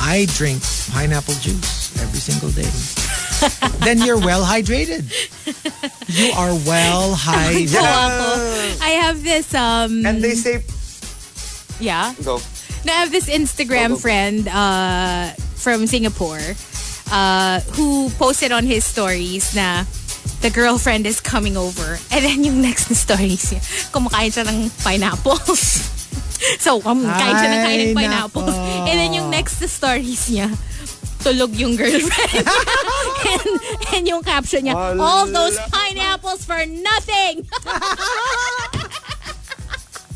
I drink pineapple juice every single day. then you're well hydrated. You are well hydrated.
I have this um
And they say,
yeah.
go.
No, I have this Instagram
Go, go.
friend uh, from Singapore uh, who posted on his stories na the girlfriend is coming over. And then yung next na stories niya, kumakain siya ng pineapples. so, um, kain siya ng kain ng
Ay,
pineapples.
nako.
And then yung next na stories niya, tulog yung girlfriend. and, and yung caption niya, all those pineapples for nothing!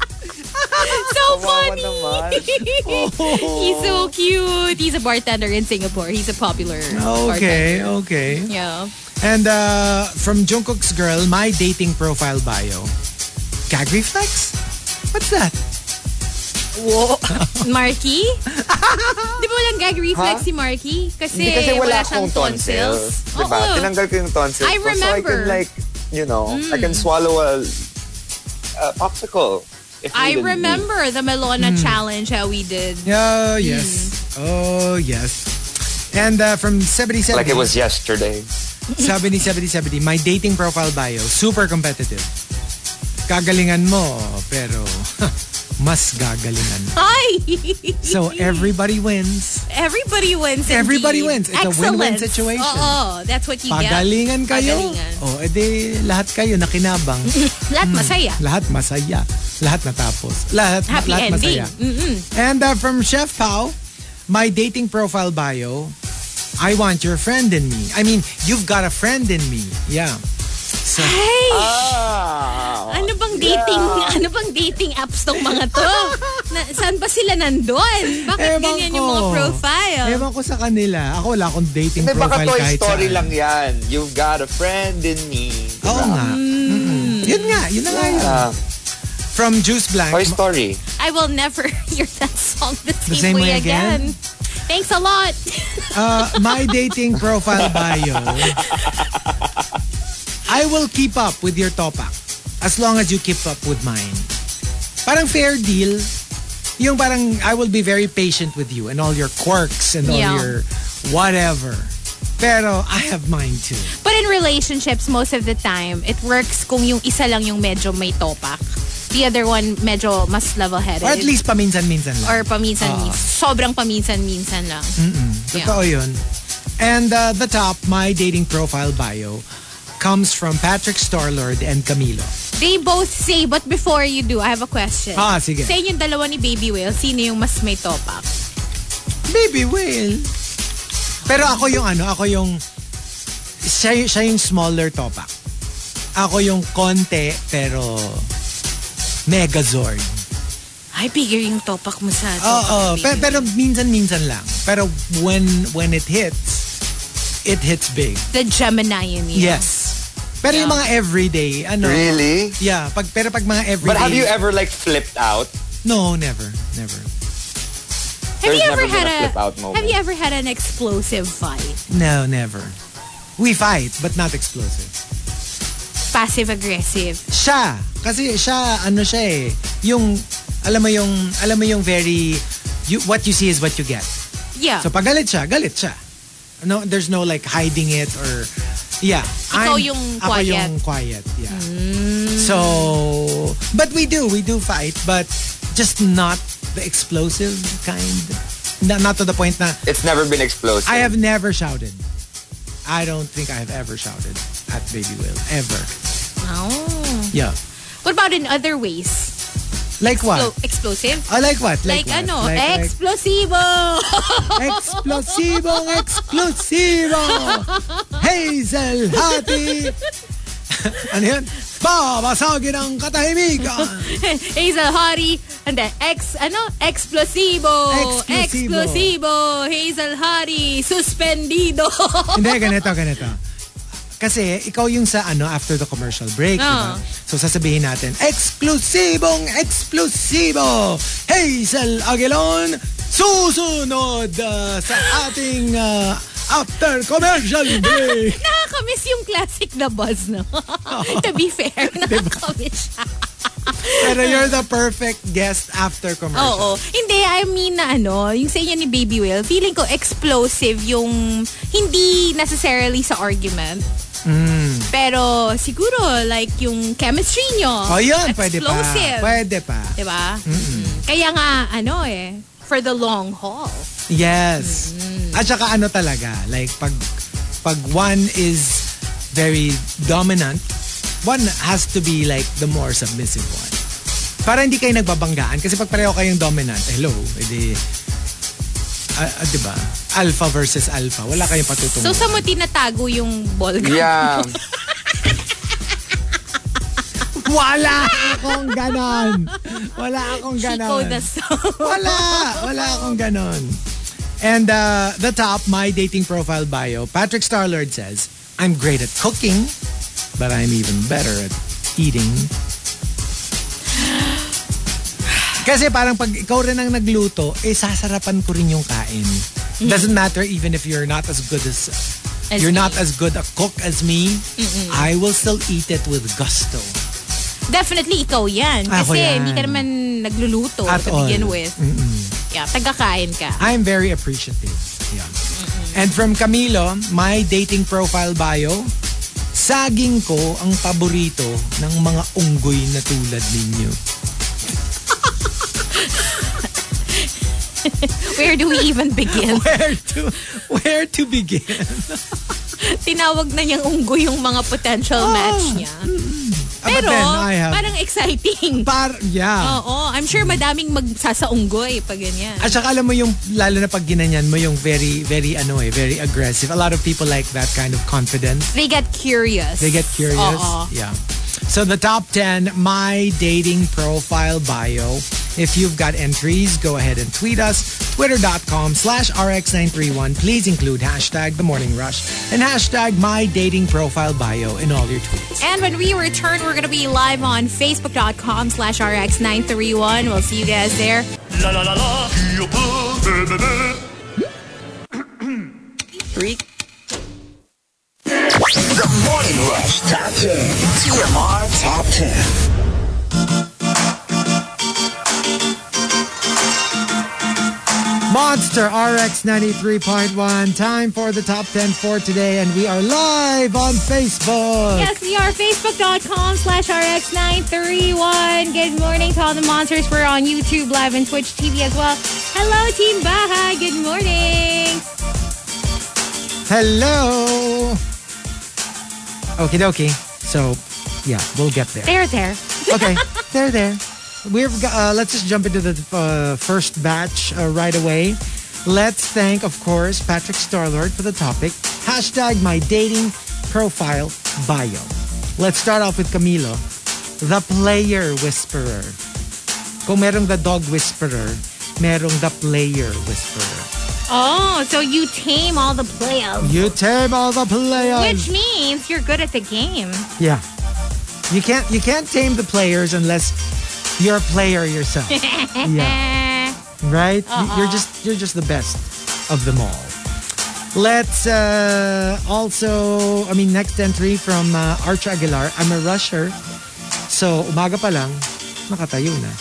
so
Kawawa
funny!
naman. Oh.
He's so cute. He's a bartender in Singapore. He's a popular bartender.
Okay, okay.
Yeah.
And uh, from Jungkook's girl, my dating profile bio. Gag reflex? What's that?
Whoa. Marky? Di ba walang gag reflex si Marky? Kasi,
Hindi kasi wala,
siyang
akong tonsils. Diba?
Oo.
Tinanggal ko yung tonsils.
I
ko, So I
remember. Hmm.
can like, you know, I can swallow a, a popsicle. If
I
needed be.
remember the Melona
Hmm.
challenge that we did.
Oh, yes. Oh, yes. And uh, from 77.
Like it was yesterday.
Sabi ni 7070, my dating profile bio, super competitive. Kagalingan mo, pero mas gagalingan.
Hi!
So everybody wins.
Everybody wins.
Everybody
indeed.
wins. It's a win-win
Excellent.
situation.
Oo, that's what you get.
Pagalingan kayo.
Pagalingan.
O, edi lahat kayo nakinabang.
Lahat
Hmm.
masaya.
lahat masaya. Lahat natapos. Lahat,
Happy
lahat
ending.
masaya. And uh, from Chef Pao, my dating profile bio, I want your friend in me. I mean, you've got a friend in me. Yeah. So,
Hey!
Ah.
Ano bang dating, ano bang dating apps tong mga to? Na, saan ba sila nandun? Bakit
Ewan
ganyan yung
ko.
mga profile?
Ewan ko sa kanila. Ako wala akong dating
Hindi, baka
profile
Toy
kahit
Story
saan. Oh,
lang yan. You've got a friend in me. Diba?
Oo nga. Mm-mm. Yun nga. Yun na nga yun.
Ah,
From Juice Blank.
Toy Story.
I will never hear that song the same,
same way
way,
again?
again. Thanks a lot.
Uh, my dating profile bio. I will keep up with your topak as long as you keep up with mine. Parang fair deal. Yung parang I will be very patient with you and all your quirks and all
Yeah.
your whatever. Pero I have mine too.
But in relationships, most of the time, it works kung yung isa lang yung medyo may topak. The other one medyo mas level-headed.
Or at least paminsan-minsan lang.
Or paminsan-minsan. Sobrang paminsan-minsan lang.
Totoo yun. And uh, the top, my dating profile bio, comes from Patrick Starlord and Camilo.
They both say, but before you do, I have a question.
Ah, sige.
Sa inyong dalawa ni Baby Whale, sino yung mas may topak?
Maybe will. Pero ako yung ano, ako yung siya, y- siya yung smaller topak. Ako yung konti pero megazord.
Ay, bigger yung topak mo sa
Oo,
topak
pe-
ni Baby.
pero minsan-minsan lang. Pero when when it hits, it hits big.
The Gemini in you.
Yes. Pero yung mga everyday, ano,
Really?
yeah, pag, pero pag mga everyday,
But have you ever like flipped out?
no, never, never.
Have you
There's
ever
never been
had
a
a,
flip-out moment.
Have you ever had an explosive fight?
No, never. We fight, but not explosive.
Passive aggressive.
Siya. Kasi siya, ano siya eh. Yung, alam mo yung, alam mo yung very, you, what you see is what you get.
Yeah.
So pag galit siya, galit siya. no, there's no like hiding it or yeah.
Ikaw
I'm-
yung
Ako
quiet. Mm.
yung quiet. Yeah. So, but we do we do fight, but just not the explosive kind. Not, not to the point na
It's never been explosive.
I have never shouted. I don't think I have ever shouted at Baby Will ever.
Oh.
Yeah.
What about in other ways?
Like what?
So, explosive?
I like what?
Like,
what?
ano?
Like- like-
Explosivo!
Explosivo, explosivo. Hazel Hati. ano yun? Babasagin ang katahimikan.
Hazel Hari. Hindi, ex, ano? Explosivo.
Explosivo.
Explosivo. Hazel Hari. Suspendido.
Hindi, ganito, ganito. Kasi ikaw yung sa ano after the commercial break, di ba?
Oo.
So sasabihin natin, eksklusibong eksklusibo! Hazel Aguilon, susunod ah, sa ating ah, after commercial break.
Nakakamiss yung classic na buzz, no? to be fair, nakakamiss siya.
Pero you're the perfect guest after commercial.
Oo. Hindi, I mean na ano, yung sa inyo ni Baby Will, feeling ko explosive yung hindi necessarily sa argument. Pero siguro, like yung chemistry nyo.
Oh, yun, pwede pa.
Explosive.
Pwede pa.
Diba? Kaya nga, ano eh, for the long haul.
Yes.
Mm.
At saka ano talaga, like pag pag one is very dominant, one has to be like the more submissive one. Para hindi kayo nagbabanggaan kasi pag pareho kayong dominant, eh, hello, edi ah, ah, 'di ba? Alpha versus alpha, wala kayong patutunguhan.
So, sa mo tinatago yung ball gum?
Yeah.
wala akong ganon. Wala akong
Chico
ganon.
the song.
Wala! Wala akong ganon. And uh, the top, my dating profile bio, Patrick Starlord says, I'm great at cooking, but I'm even better at eating. Kasi parang pag ikaw rin ang nagluto, eh sasarapan ko rin yung kain. Doesn't matter even if you're not as good as,
As
you're
me.
not as good a cook as me, I will still eat it with gusto.
Definitely ikaw yan.
Ako
Kasi
yan.
hindi ka naman nagluluto
At
to begin
all.
with. Yeah, tagakain ka.
I'm very appreciative. Yeah. And from Camilo, my dating profile bio, saging ko ang paborito ng mga unggoy na tulad ninyo.
Where do we even begin?
Where to where to begin?
Tinawag na niyang unggoy yung mga potential match niya.
Ah, but
Pero,
then, I have
parang Oh. exciting.
par yeah.
Oo, I'm sure madaming magsasaunggoy pag ganyan.
At saka alam mo yung, lalo na pag ginanyan mo, yung very, very ano eh, very aggressive. A lot of people like that kind of confidence.
They get curious.
They get curious.
Oo.
Yeah. So the top 10, my dating profile bio. If you've got entries, go ahead and tweet us. Twitter.com slash RX931. Please include hashtag The Morning Rush and hashtag My Dating Profile Bio in all your tweets.
And when we return, we're going to be live on facebook.com slash rx931. We'll see you guys there.
La la la la, qui peut, bleu, bleu, bleu.
The Morning Rush Top 10. TMR Top 10.
Monster RX 93.1. Time for the top 10 for today. And we are live on Facebook.
Yes, we are facebook.com slash rx931. Good morning to all the monsters. We're on YouTube Live and Twitch TV as well. Hello, Team Baja. Good morning.
Hello. Okie dokie. So, yeah, we'll get there.
There, there.
okay, they're there. We've got, uh, let's just jump into the uh, first batch uh, right away. Let's thank, of course, Patrick Starlord for the topic. Hashtag my dating profile bio. Let's start off with Camilo, the player whisperer. Kung merong the dog whisperer, merong the player whisperer.
Oh, so you tame all the players.
You tame all the players.
Which means you're good at the game.
yeah. You can't you can't tame the players unless you're a player yourself. yeah.
Eh,
right? Y- You're just you're just the best of them all. Let's uh, also, I mean, next entry from uh, Arch Aguilar. I'm a rusher, so umaga pa lang nakatayo na.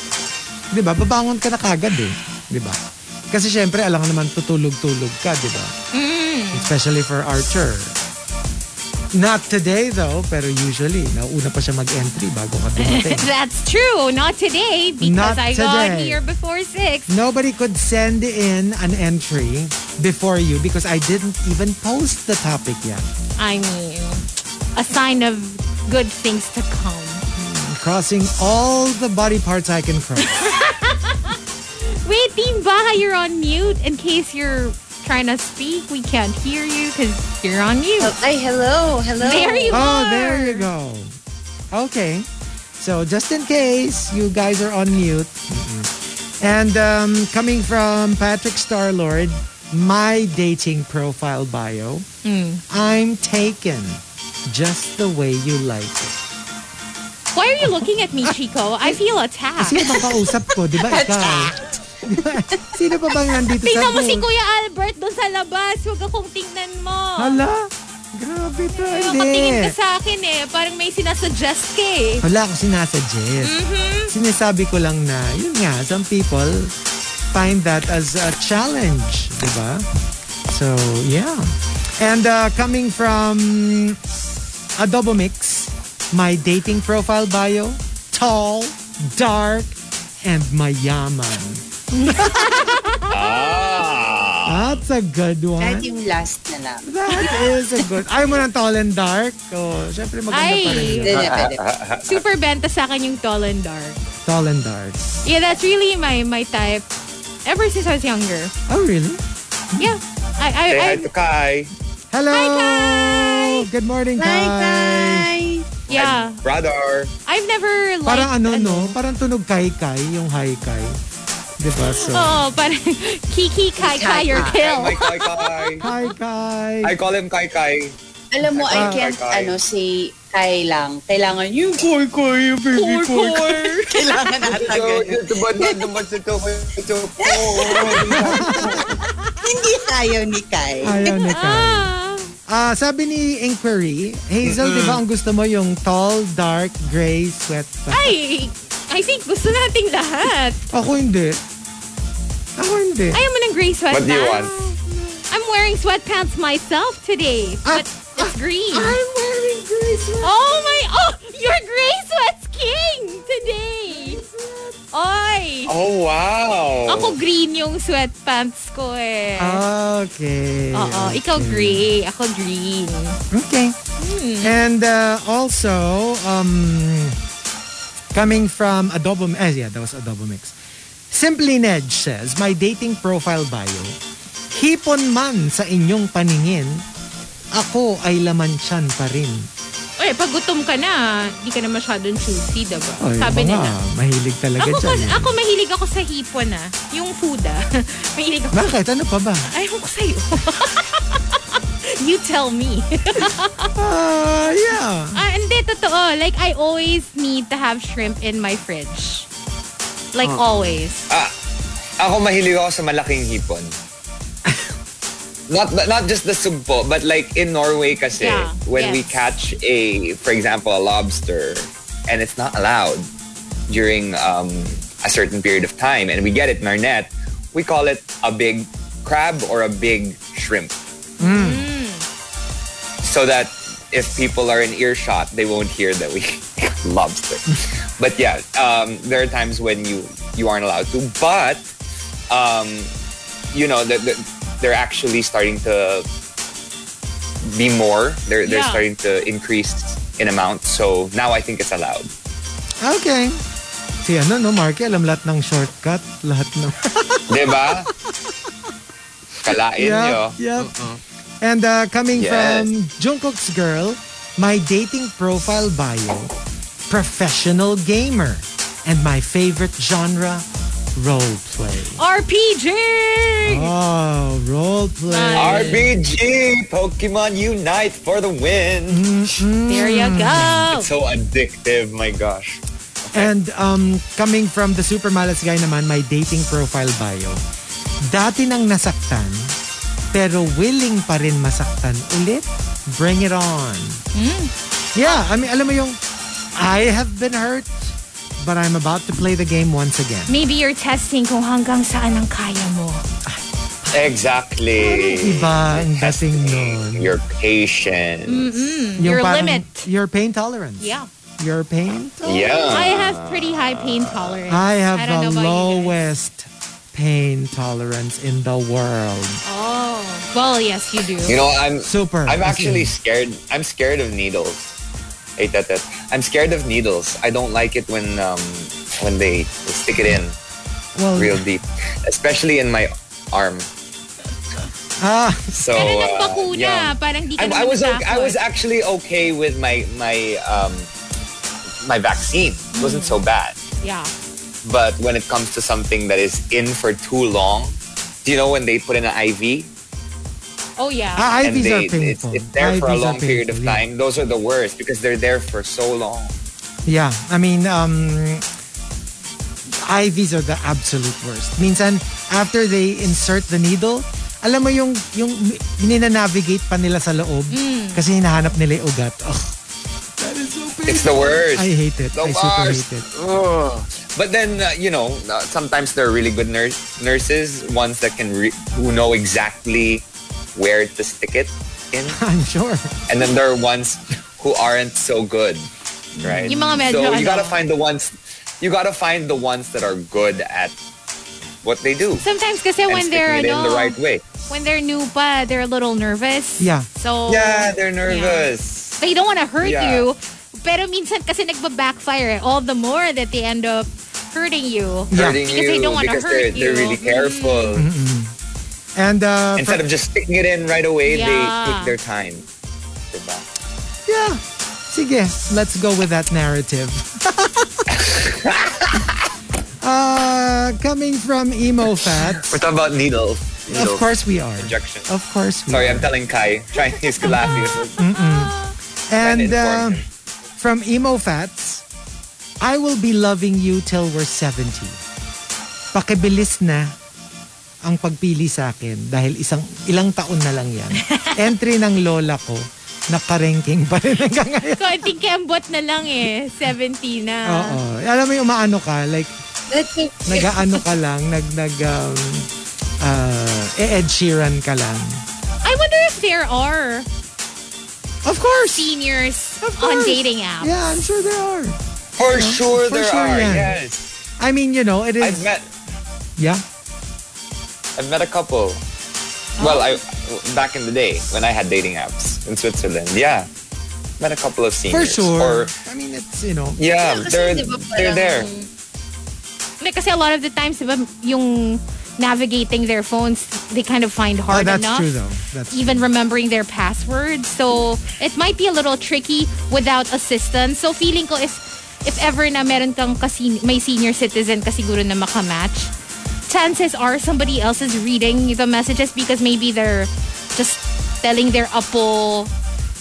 'Di ba? Babangon ka na kagad eh, 'di ba? Kasi syempre, alam ka naman tutulog-tulog ka, 'di ba? Especially for Archer. Not today though, pero usually, nauna pa siya mag-entry bago ka dumating.
That's true. Not today
Not
because I got
today.
here before six.
Nobody could send in an entry before you because I didn't even post the topic yet.
I mean, a sign of good things to come.
I'm crossing all the body parts I can cross.
Wait, Team Baha, you're on mute. In case you're trying to speak, we can't hear you because you're on mute.
Ay, hello, hello.
There you
oh,
are.
there you go. Okay. So just in case you guys are on mute. And um, coming from Patrick Starlord, my dating profile bio, I'm taken just the way you like it.
Why are you looking at me, Chico? I feel attacked.
Sino ba kausap ko? Di ba ikaw? Di ba? Sino pa bang nandito sa
Tingnan mo si
phone?
Kuya Albert doon sa labas. Huwag akong tingnan mo.
Hala? Grabe to.
Nakatingin ka
Hindi.
sa akin eh. Parang may sinasuggest ka eh.
Wala akong sinasuggest. Sinasabi ko lang na, yun nga, some people find that as a challenge, di ba? So, yeah. And uh, coming from Adobo Mix, my dating profile bio, tall, dark, and mayaman. That's a good
Kahit
one.
yung last na lang.
Ah,
That is a good. Ayaw mo ng tall and dark? Oh, syempre maganda
Ay.
pa rin.
ah,
yun.
Pwede, pwede.
Super benta sa akin yung tall and dark.
Tall and dark.
Yeah, that's really my my type. Ever since I was younger.
Oh, really?
Yeah. I I,
Say
I
hi to Kai.
Hello.
Hi, Kai!
Good morning, Kai.
Bye, bye.
yeah.
Brother.
I've never liked
Parang ano, no? Parang tunog Kai Kai, yung Hi Kai. Di ba? So,
Oh, parang Kiki Kai Kai your
Hi,
kill.
Kai Kai.
Hi Kai.
I call him Kai Kai.
Alam mo, I
Ah,
can't,
Kai.
ano, say Kai lang. Kailangan yung Koy Koy, baby
Poor
Koy.
core.
Kailangan nata ganun.
Hindi tayo ni Kai.
Ayaw ni Kai.
Ah.
Ah, sabi ni Inquiry, Hazel, di ba ang gusto mo yung tall, dark, gray, sweat pa?
Ay, I think gusto nating lahat.
Ako hindi. Ako hindi.
Ayaw mo ng gray sweatpants.
What do you want?
I'm wearing sweatpants myself today.
Ah,
But it's green.
I'm wearing gray sweat.
Oh my, oh, your gray sweat's king today. Oy.
Oh, wow.
Ako green yung sweatpants ko eh.
Ah. Okay.
Oo, ikaw gray, ako green.
Okay.
Hmm.
And uh, also, um, coming from Adobo, eh, yeah, that was Adobo Mix. Simply Ned says, my dating profile bio, hipon man sa inyong paningin, ako ay laman tiyan pa rin.
Oy, pag gutom ka na, di ka na masyadong choosy, diba?
Ay,
Sabi
baka,
nila.
Mahilig talaga
Ako,
dyan.
mas-
eh.
ako mahilig ako sa hipon ah. Yung food ah. mahilig ako.
Bakit? Ano pa ba?
Ayaw ko sa'yo. you tell me.
Ah, yeah.
Ah, hindi, totoo. Like, I always need to have shrimp in my fridge. Like,
Oh.
always.
Ako mahilig ako sa malaking hipon. Not not just the sugpo, but like in Norway kasi,
Yeah,
when we
yes.
catch a, for example, a lobster, and it's not allowed during um, a certain period of time, and we get it in our net, we call it a big crab or a big shrimp.
Hmm.
Mm. So that if people are in earshot, they won't hear that we lobster. but yeah, um, there are times when you you aren't allowed to, but um, you know that that they're actually starting to be more. They're they're
Yeah.
starting to increase in amount. So now I think it's allowed.
Okay. Si ano, no, Marky, alam lahat ng shortcut, lahat ng...
Diba? Kalain
Yep,
nyo.
yep. And uh, coming
Yes.
from Jungkook's girl, my dating profile bio, professional gamer, and my favorite genre, role play.
RPG!
Oh, role play.
RBG Pokemon Unite for the win.
Mm.
There you go.
It's so addictive, my gosh.
And um, coming from the super malas guy naman, my dating profile bio, dati nang nasaktan, pero willing pa rin masaktan ulit. Bring it on.
Hmm.
Yeah, I mean, alam mo yung, I have been hurt, but I'm about to play the game once again.
Maybe you're testing kung hanggang saan ang kaya mo.
Exactly.
Iba ang dating nun.
Your patience.
Yung
Mm, Your
parang-
limit.
Your pain tolerance.
Yeah.
Your pain tolerance.
Yeah.
I have pretty high pain tolerance.
I have
don't know
the
about you guys.
lowest pain tolerance in the world.
Oh. Well, yes, you do.
You know, I'm
Super.
I'm
As
actually
in-
scared. I'm scared of needles. Hey, that, that. I'm scared of needles. I don't like it when um when they stick it in
well,
real deep, especially in my arm.
Ah,
So
Pero nang
uh,
bakuna,
yeah.
parang di ka
I,
naman
I was okay, I
natakot.
was actually okay with my my um my vaccine. It wasn't so bad.
Yeah.
But when it comes to something that is in for too long, do you know when they put in an IV
Oh, yeah.
ah, IVs
and they
are painful.
It's, it's there for
IVs
a
are
long period of
painful, yeah.
time. Those are the worst because they're there for so long.
Yeah, I mean, um, IVs are the absolute worst. Minsan, after they insert the needle, alam mo yung, yung ninanavigate pa nila sa loob kasi hinahanap nila yung ugat. Ugh. that is so painful.
It's the worst.
I hate it.
The
I super
worst.
hate it.
Ugh. But then uh, you know, uh, sometimes there are really good nurse, nurses, ones that can re- who know exactly where to stick it in,
I'm sure.
and then there are ones who aren't so good, right?
Yung mga medyo
so you gotta
ano.
find the ones. You gotta find the ones that are good at what they do
Sometimes kasi
and
when
sticking
they're,
it in
ano,
the right way.
when they're new pa, they're a little nervous.
Yeah.
So,
Yeah, they're nervous.
they don't want to hurt
Yeah.
you. Pero minsan kasi nagba-backfire. eh. All the more that they end up hurting you.
hurting
Because
you
they don't wanna
because
hurt
they're, they're
you.
really careful.
And uh,
Instead of just sticking it in right away,
Yeah.
they take their time. Diba?
yeah, sige, let's go with that narrative. uh, coming from emo fats,
We're talking about needles.
of
Needles.
course we are.
Injection.
Of course we
Sorry,
are.
I'm telling Kai. Chinese could laugh here.
And uh,
inform him.
from Emo Fats, I will be loving you till we're 70. Pakibilis na ang pagpili sa akin dahil isang ilang taon na lang yan. Entry ng lola ko, nakarengking pa rin hanggang ngayon.
So, I think kembot na lang eh. 70 na.
Ah.
Oo. Alam mo yung umaano ka, like,
That's it.
nag-aano ka lang, nag, nag, um, uh, Ed Sheeran ka lang.
I wonder if there are
Of course!
seniors
Of course!
on dating apps.
Yeah, I'm sure there are.
For sure
For
there
sure
are.
yan.
Yes.
I mean, you know, it is,
I've met
yeah.
I've met a couple. Well, I back in the day when I had dating apps in Switzerland. Yeah. Met a couple of
For
seniors.
sure.
Or
I mean, it's, you know,
yeah, they're they're there.
Like, Kasi a lot of the times, diba, yung navigating their phones, they kind of find hard
oh, that's
enough.
true though. That's
Even remembering their password. So, it might be a little tricky without assistance. So, feeling ko if if ever na meron kang kasi, may senior citizen ka siguro na makamatch, chances are somebody else is reading the messages because maybe they're just telling their apo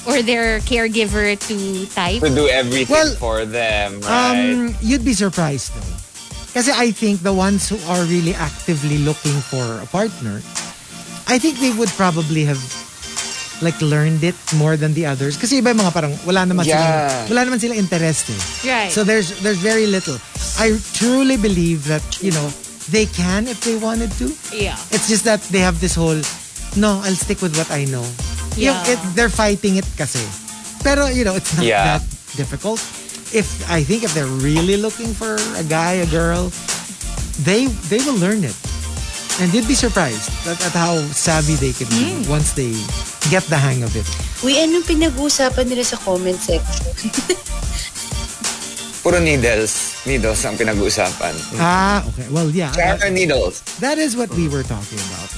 or their caregiver to type.
To do everything
Well,
for them, right?
Um, you'd be surprised though. Kasi I think the ones who are really actively looking for a partner, I think they would probably have like learned it more than the others. Kasi iba yung mga parang wala naman
Yeah.
sila, wala naman sila interest eh.
Right.
So there's there's very little. I truly believe that, you know, they can if they wanted to.
yeah.
It's just that they have this whole, no, I'll stick with what I know.
Yeah.
Yung- it- they're fighting it kasi. Pero, you know, it's not
Yeah.
that difficult. If, I think if they're really looking for a guy, a girl, they they will learn it. And you'd be surprised at, at how savvy they can be once they get the hang of it.
Uy, anong pinag-uusapan nila sa comment section?
Puro needles. Needles ang pinag-uusapan.
Ah, okay. Well, yeah.
Chara
That,
needles.
that is what we were talking about.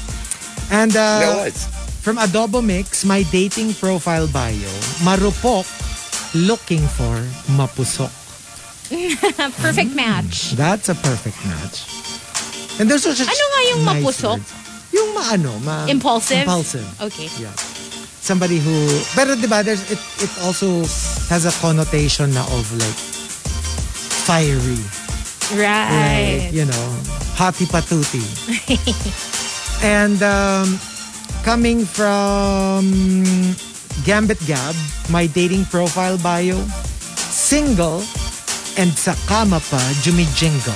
And uh,
There was.
From Adobo Mix, my dating profile bio, marupok, looking for mapusok.
Perfect match.
That's a perfect match. And there's also
Ano nga yung mapusok?
Yung maano, ma...
Impulsive?
Impulsive.
Okay.
Yeah. Somebody who... Pero diba, there's, it, it also has a connotation na of like fiery.
Right.
Right. You know, hati patuti. and um, coming from Gambit Gab, my dating profile bio, single and sa kama pa jumijingle.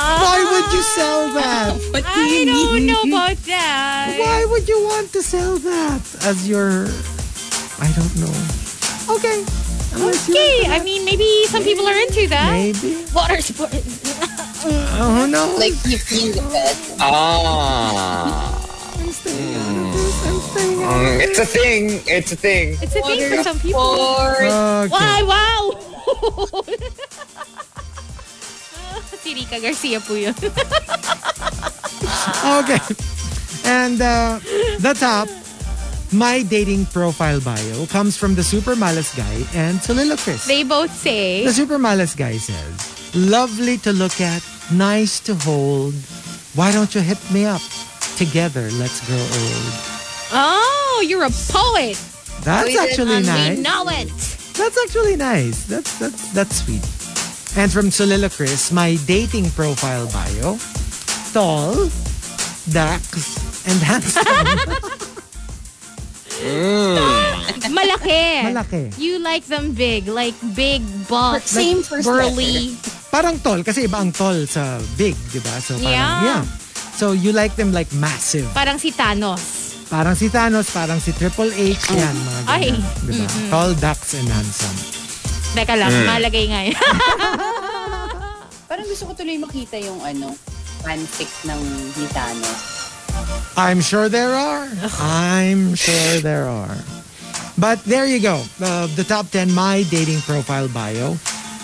Why would you sell that?
What do
Uh, I
you
don't
mean?
know about that.
Why would you want to sell that as your? I don't know. Okay. Unless you-
Okay, I mean, maybe some people are into that.
Maybe.
Water sport.
Oh no.
Like, you feel the best.
Ah.
I'm staying out of this. I'm staying out.
Mm, It's a thing. It's a thing.
It's a thing for some people.
Or,
Okay.
Why? Wow! si Rica Garcia po yun.
Okay. And uh, the top, my dating profile bio comes from the Super Malas guy and Soliloquist.
They both say,
The Super Malas guy says, lovely to look at, nice to hold. Why don't you hit me up? Together, let's grow old.
Oh, you're a poet.
That's actually
and
nice.
we know it.
That's actually nice. That's that's that's sweet. And from Soliloquist, my dating profile bio, tall, dark, and handsome.
Malaki.
Malaki.
You like them big. Like big, buff,
same first
burly.
parang tall kasi iba ang tall sa big, 'di ba? So parang yeah.
Yeah.
So you like them like massive.
Parang si Thanos.
Parang si Thanos, parang si Triple H, yan mga
Ay.
ganyan, 'di ba? Tall, ducks, and handsome.
Teka lang, malagay nga yun.
Parang gusto ko tuloy makita yung ano, fanfic ng Gitano.
I'm sure there are. I'm sure there are. But there you go. Uh, the top 10 my dating profile bio.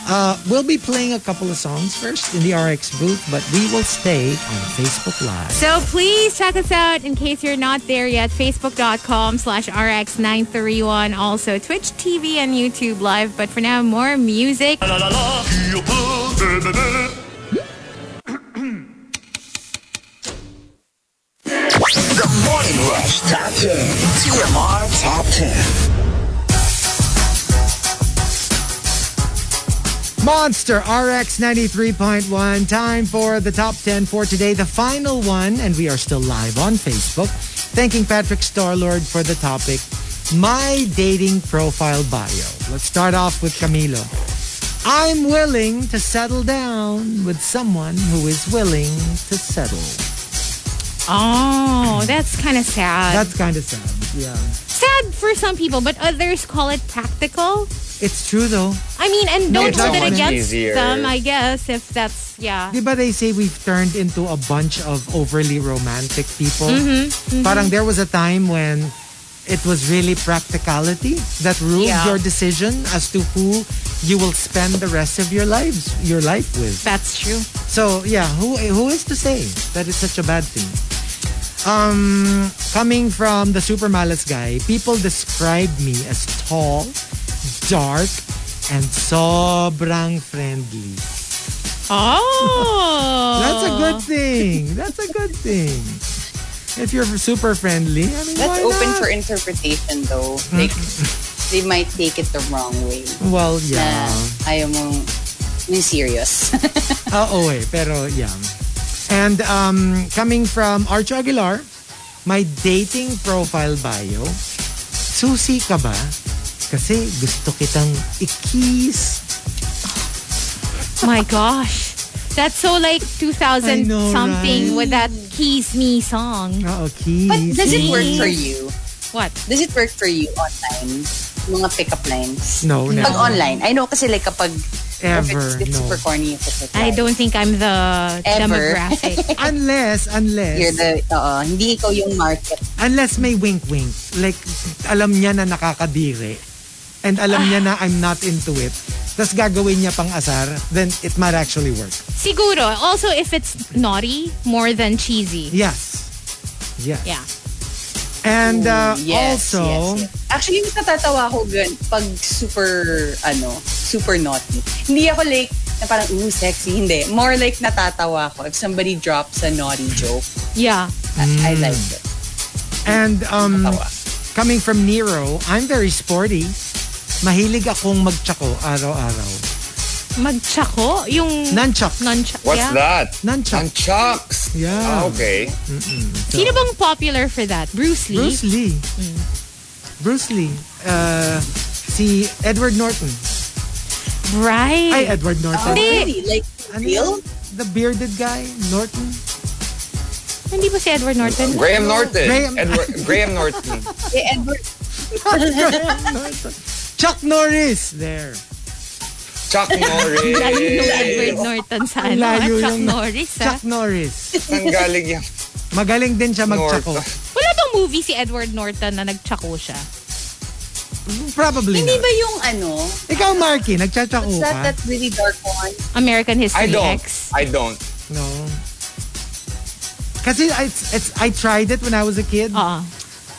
Uh, we'll be playing a couple of songs first in the RX booth, but we will stay on Facebook Live.
So please check us out in case you're not there yet. Facebook.com slash RX931. Also Twitch TV and YouTube Live. But for now, more music.
La la la, qui peut, bleu, bleu, bleu.
The Morning Rush Top 10. TMR Top 10.
Monster RX 93.1. Time for the top 10 for today, the final one, and we are still live on Facebook. Thanking Patrick Starlord for the topic, My Dating Profile Bio. Let's start off with Camilo. I'm willing to settle down with someone who is willing to settle.
Oh, that's kind of sad.
That's kind of sad. Yeah.
sad for some people, but others call it practical.
It's true though.
I mean, and don't
It's
hold
so
it
much
against
easier.
them, I guess, if that's, yeah.
Di ba they say we've turned into a bunch of overly romantic people? Parang there was a time when it was really practicality that ruled
Yeah.
your decision as to who you will spend the rest of your lives your life with.
That's true.
So yeah, who who is to say that it's such a bad thing? Um, coming from the super malice guy, people describe me as tall, dark, and sobrang friendly.
Oh.
That's a good thing. That's a good thing. If you're super friendly, I mean,
That's
why
open
not?
for interpretation though. Like, they might take it the wrong way.
Well, yeah.
Na ayaw mong ni serious.
Oo eh, pero yeah. And um, coming from Archo Aguilar, my dating profile bio, susi ka ba? Kasi gusto kitang ikis.
My gosh. That's so like 2000
I know,
something
right?
with that Kiss Me song.
Oo, kiss.
But does it work for you?
What?
Does it work for you online? Mga pick-up lines?
No, never.
Pag online. I know kasi like kapag if
Ever,
it's, it's
no.
super corny if it's like
I
that.
don't think I'm the
Ever.
demographic.
Unless, unless,
You're the, oo, hindi ikaw yung market.
unless may wink-wink. Like, alam niya na nakakadiri. And alam niya na I'm not into it. Tapos gagawin niya pang asar, then it might actually work.
Siguro. Also, if it's naughty more than cheesy.
Yes. Yes.
Yeah.
And uh,
Yes,
also,
yes, yes. Actually, mas natatawa ko gan pag super, ano, super naughty. Hindi ako like, na parang, ooh, sexy. Hindi. More like natatawa ko if somebody drops a naughty joke.
Yeah.
I, I
Hmm.
like it.
and um,
Tawa.
coming from Nero, I'm very sporty. Mahilig akong magtsako araw-araw.
Magtsako? Yung...
Nunchuck.
Nunchuck.
What's
yeah.
that?
Nunchuck.
Nunchucks.
Yeah.
Ah, okay.
Sino bang popular for that? Bruce Lee?
Bruce Lee.
Mm.
Bruce Lee. Uh, si Edward Norton.
Right.
Ay, Edward Norton.
Hindi.
Really? Like,
Ano
real?
yun? the bearded guy, Norton?
Hindi ba si Edward Norton?
Graham Norton.
Graham-
Edward, Graham Norton.
Eh, Edward,
Chuck Norris. There.
Chuck Norris.
Lalo yung Edward Norton sa ano. ah,
Layo
Chuck
yung-
Norris, ah.
Chuck Norris.
Saan galing yung
Magaling din siya magtsako.
Norton?
Wala bang movie si Edward Norton na nagtsako siya?
oh. Probably
hindi
not.
ba yung ano?
Ikaw, Marky, nagtsatsako
What's that,
ka?
that really dark one?
American
I
History
don't.
X.
I don't.
No. Kasi I, it's, I tried it when I was a kid.
Ah.
Oo.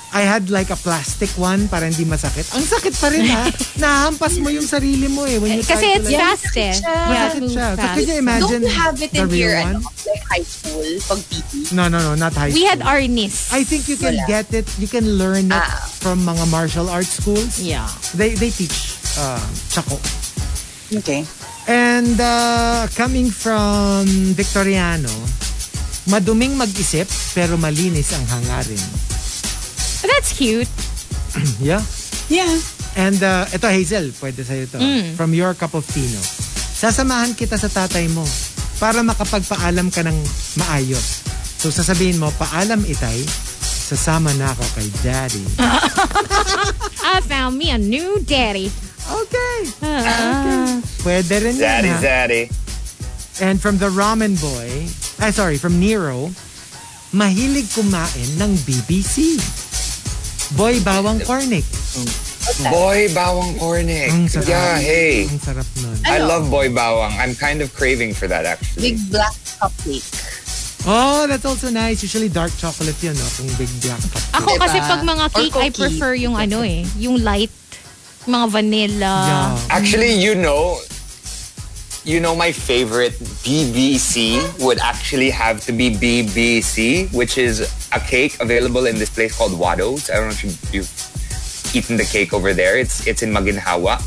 I had like a plastic one para hindi masakit. Ang sakit pa rin ha. Nahampas mo yung sarili mo eh. When you
Kasi
try to,
it's
like-
fast eh. Yeah,
Masakit
move
siya. So
fast.
can you imagine
Don't you have it
the
in
real
your
one?
ano, like high school pag PT?
No, no, no. Not high
We
school.
had Arnis.
I think you can get it. You can learn it
Ah.
from mga martial arts schools.
Yeah.
They, they teach uh, Chaco.
Okay.
And uh, coming from Victoriano, maduming mag-isip pero malinis ang hangarin.
But that's cute.
Yeah.
Yeah.
And uh, ito Hazel, pwede sa'yo to. From your cup of tino. Sasamahan kita sa tatay mo para makapagpaalam ka ng maayos. So sasabihin mo, paalam itay, sasama na ako kay daddy.
I found me a new daddy.
Okay.
Ah.
Pwede rin yan,
Daddy,
ha?
daddy.
And from the ramen boy, ay sorry, from Nero, mahilig kumain ng BBC. Boy bawang cornic.
Boy Bawang Cornick.
Ang sarap.
Yeah, hey.
Ang sarap nun.
I
Ano?
love Boy Bawang. I'm kind of craving for that actually.
Big black cupcake.
Oh, that's also nice. Usually dark chocolate yun, no? Kung big black cup.
Ako
Diba?
kasi pag mga
Or
cake, I
cookie.
prefer yung ano eh, yung light, mga vanilla.
Yeah.
Actually, you know, you know my favorite BBC would actually have to be BBC, which is a cake available in this place called Wado's. I don't know if you- you've eaten the cake over there. It's it's in Maginhawa.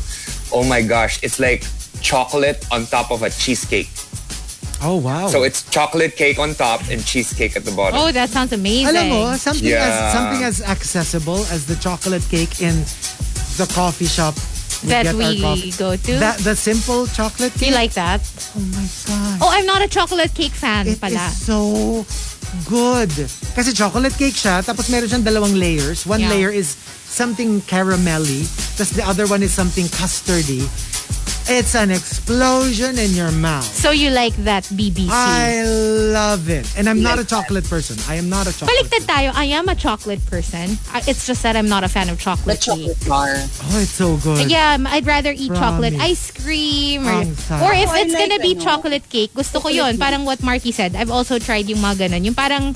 Oh my gosh, it's like chocolate on top of a cheesecake.
Oh, wow.
So it's chocolate cake on top and cheesecake at the bottom.
Oh, that sounds amazing.
Alam mo, something as
Yeah.
something as accessible as the chocolate cake in the coffee shop we
that
get our
we
coffee.
go to.
That the simple chocolate
Do
cake.
you like that?
oh my god.
Oh, I'm not a chocolate cake fan
It
pala.
is so good. Kasi chocolate cake siya, tapos meron siyang dalawang layers. One
Yeah.
layer is something caramelly, tapos the other one is something custardy. It's an explosion in your mouth.
So you like that BBC?
I love it. And I'm not a chocolate person. I am not a chocolate
Baliktad tayo. I am a chocolate person. I- It's just that I'm not a fan of
The
chocolate cake.
chocolate bar.
Oh, it's so good.
Yeah, I'd rather eat chocolate
Promise.
ice cream or,
Ang sarap.
or if
Oh, I
it's
like
gonna be
ano.
chocolate cake, gusto ko yun. Parang what Marky said. I've also tried yung mga ganun. Yung parang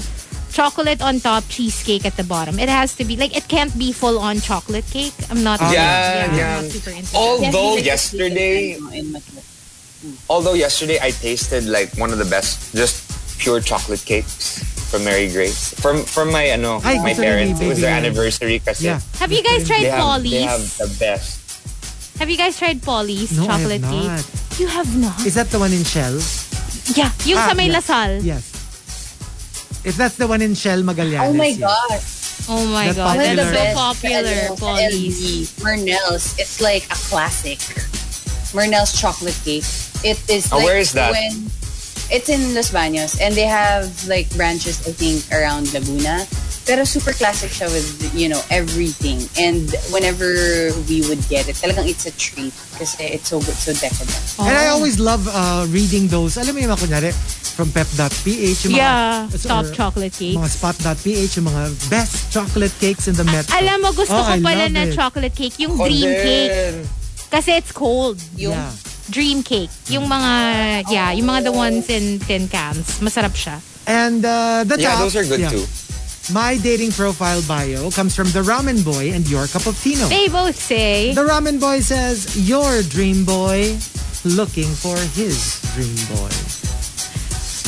chocolate on top, cheesecake at the bottom. It has to be, like, it can't be full-on chocolate cake. I'm not,
Oh,
Yeah, yeah.
I'm not super into that.
Yes, it's like
Although
a
yesterday,
cake in Manila.
although yesterday I tasted like one of the best, just pure chocolate cakes from Mary Grace. From from my ano,
Ay,
my
gusto
parents.
ni
It was their
baby yan.
anniversary kasi.
Yeah.
Have you guys
They
tried
have,
Polly's?
they have the best.
Have you guys tried Polly's
No, I have
chocolate
not.
cake? You have not?
Is that the one in Shell?
yeah, yung
Ah,
sa may
yeah.
Lasal.
Yes. If that's the one in Shell Magallanes.
Oh my
yes.
God.
Oh my
That
God,
popular.
that's so
Best
popular,
Sa
Polly's.
LV, Murnell's. It's like a classic. Murnell's chocolate cake. It is
Oh,
like
where is that?
when- it's in Los Baños and they have like branches I think around Laguna. Pero super classic siya with, you know, everything. And whenever we would get it, talagang it's a treat kasi it's so good, so decadent.
And
Oh.
I always love uh, reading those. Alam mo yung mga kunyari, from pep.ph. Yung
Yeah,
mga,
top
or
chocolate cake.
Mga spot.ph, yung mga best chocolate cakes in the metro.
Ah, Alam mo, gusto
Oh,
ko
I
pala
love
na
it.
chocolate cake. Yung
Oh,
dream cake. Kasi it's cold.
Yung
Yeah.
Dream cake. Yung mga, yeah, yung mga the ones in tin cans. Masarap siya.
And uh, the
Yeah,
top,
those are good
yeah.
too.
My dating profile bio comes from The Ramen Boy and Your Cup of Tino.
They both say,
The Ramen Boy says, your dream boy looking for his dream boy.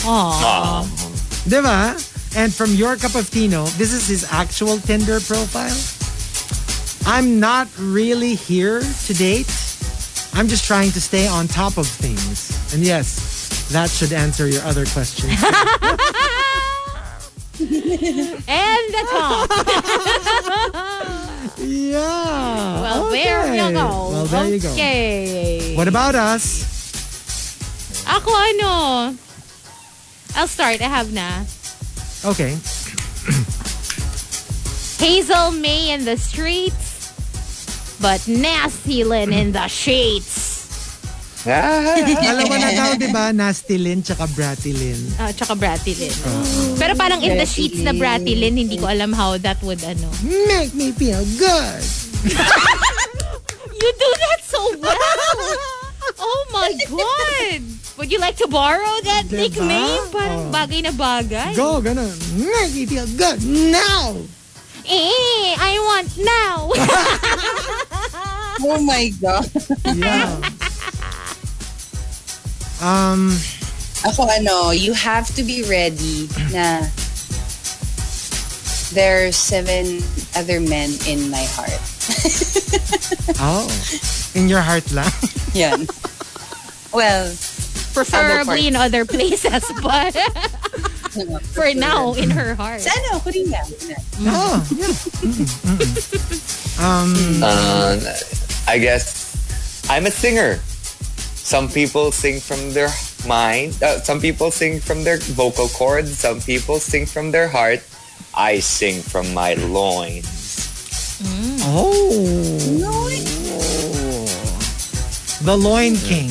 oh,
Diba? And from your cup of Tino, this is his actual Tinder profile. I'm not really here to date. I'm just trying to stay on top of things. And yes, that should answer your other question.
and the top.
yeah.
Well,
okay.
there you go.
Well, there you go.
Okay.
What about us?
Ako ano, I'll start. I have na.
Okay.
Hazel May in the streets, but Nasty Lynn in the sheets.
Dalawa na tao, di ba? Nasty Lynn tsaka Bratty Lynn.
Ah, tsaka Bratty Lynn. Pero parang in the sheets na Bratty Lynn, hindi ko alam how that would ano.
Make me feel good.
You do that so well. Oh my God. Would you like to borrow that
Diba?
nickname?
Oh.
Parang bagay na bagay.
Go, ganun. Make me feel good now.
Eh, I want now.
Oh my God.
Yeah. Um,
Ako ano, you have to be ready na there are seven other men in my heart.
oh. In your heart lang.
Yan. well,
Preferably in other places, but for
for
now, in her heart.
Sana ako rin lang.
Oh, yeah. Mm-mm, mm-mm. Um,
Um, I guess I'm a singer. Some people sing from their mind. Uh, some people sing from their vocal cords. Some people sing from their heart. I sing from my loins.
oh. The Loin King.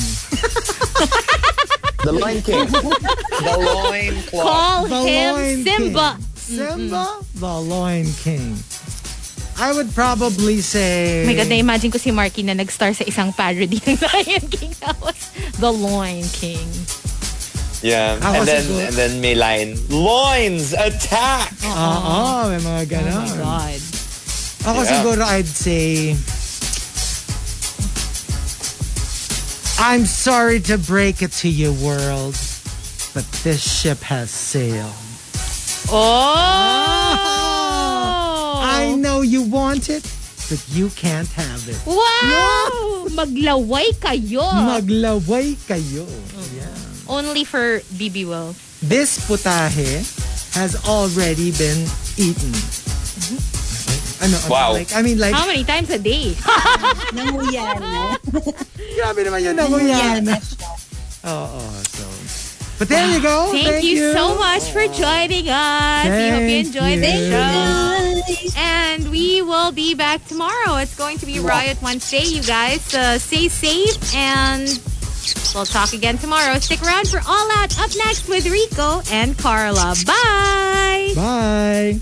The Lion King. the loin cloth.
Call
The Loin
him Simba.
King. Simba, Mm-hmm. the Loin King. I would probably say...
Oh my God, na-imagine ko si Marky na nag-star sa isang parody ng Lion King. That was The Lion King.
Yeah.
Ako
and then
siguro.
and then may line loins attack.
Oo, may mga
Oh
ganon.
my God.
Ako
Yeah.
siguro I'd say... I'm sorry to break it to you, world, but this ship has sailed.
Oh!
Ah! I know you want it, but you can't have it.
Wow! Maglaway kayo.
Maglaway kayo. Yeah.
Only for BB Will.
This putahe has already been eaten. Ano, ano,
Wow.
Like, I mean, like,
How many times a day?
Oh,
Nanguyan.
grabe naman yun ako yan. Oo, so. But there you go.
Thank, you, so much for joining us. we hope you
Thank
enjoyed the
you.
show. And we will be back tomorrow. It's going to be Riot Wednesday, you guys. So stay safe and we'll talk again tomorrow. Stick around for All Out up next with Rico and Carla. Bye.
Bye.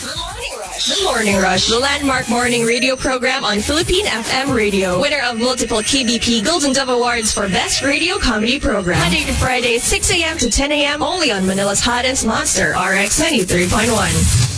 The Morning Rush. The Morning Rush. The landmark morning radio program on Philippine FM Radio. Winner of multiple KBP Golden Dove Awards for Best Radio Comedy Program. Monday to Friday, 6 a.m. to 10 a.m. Only on Manila's hottest monster, RX 93.1.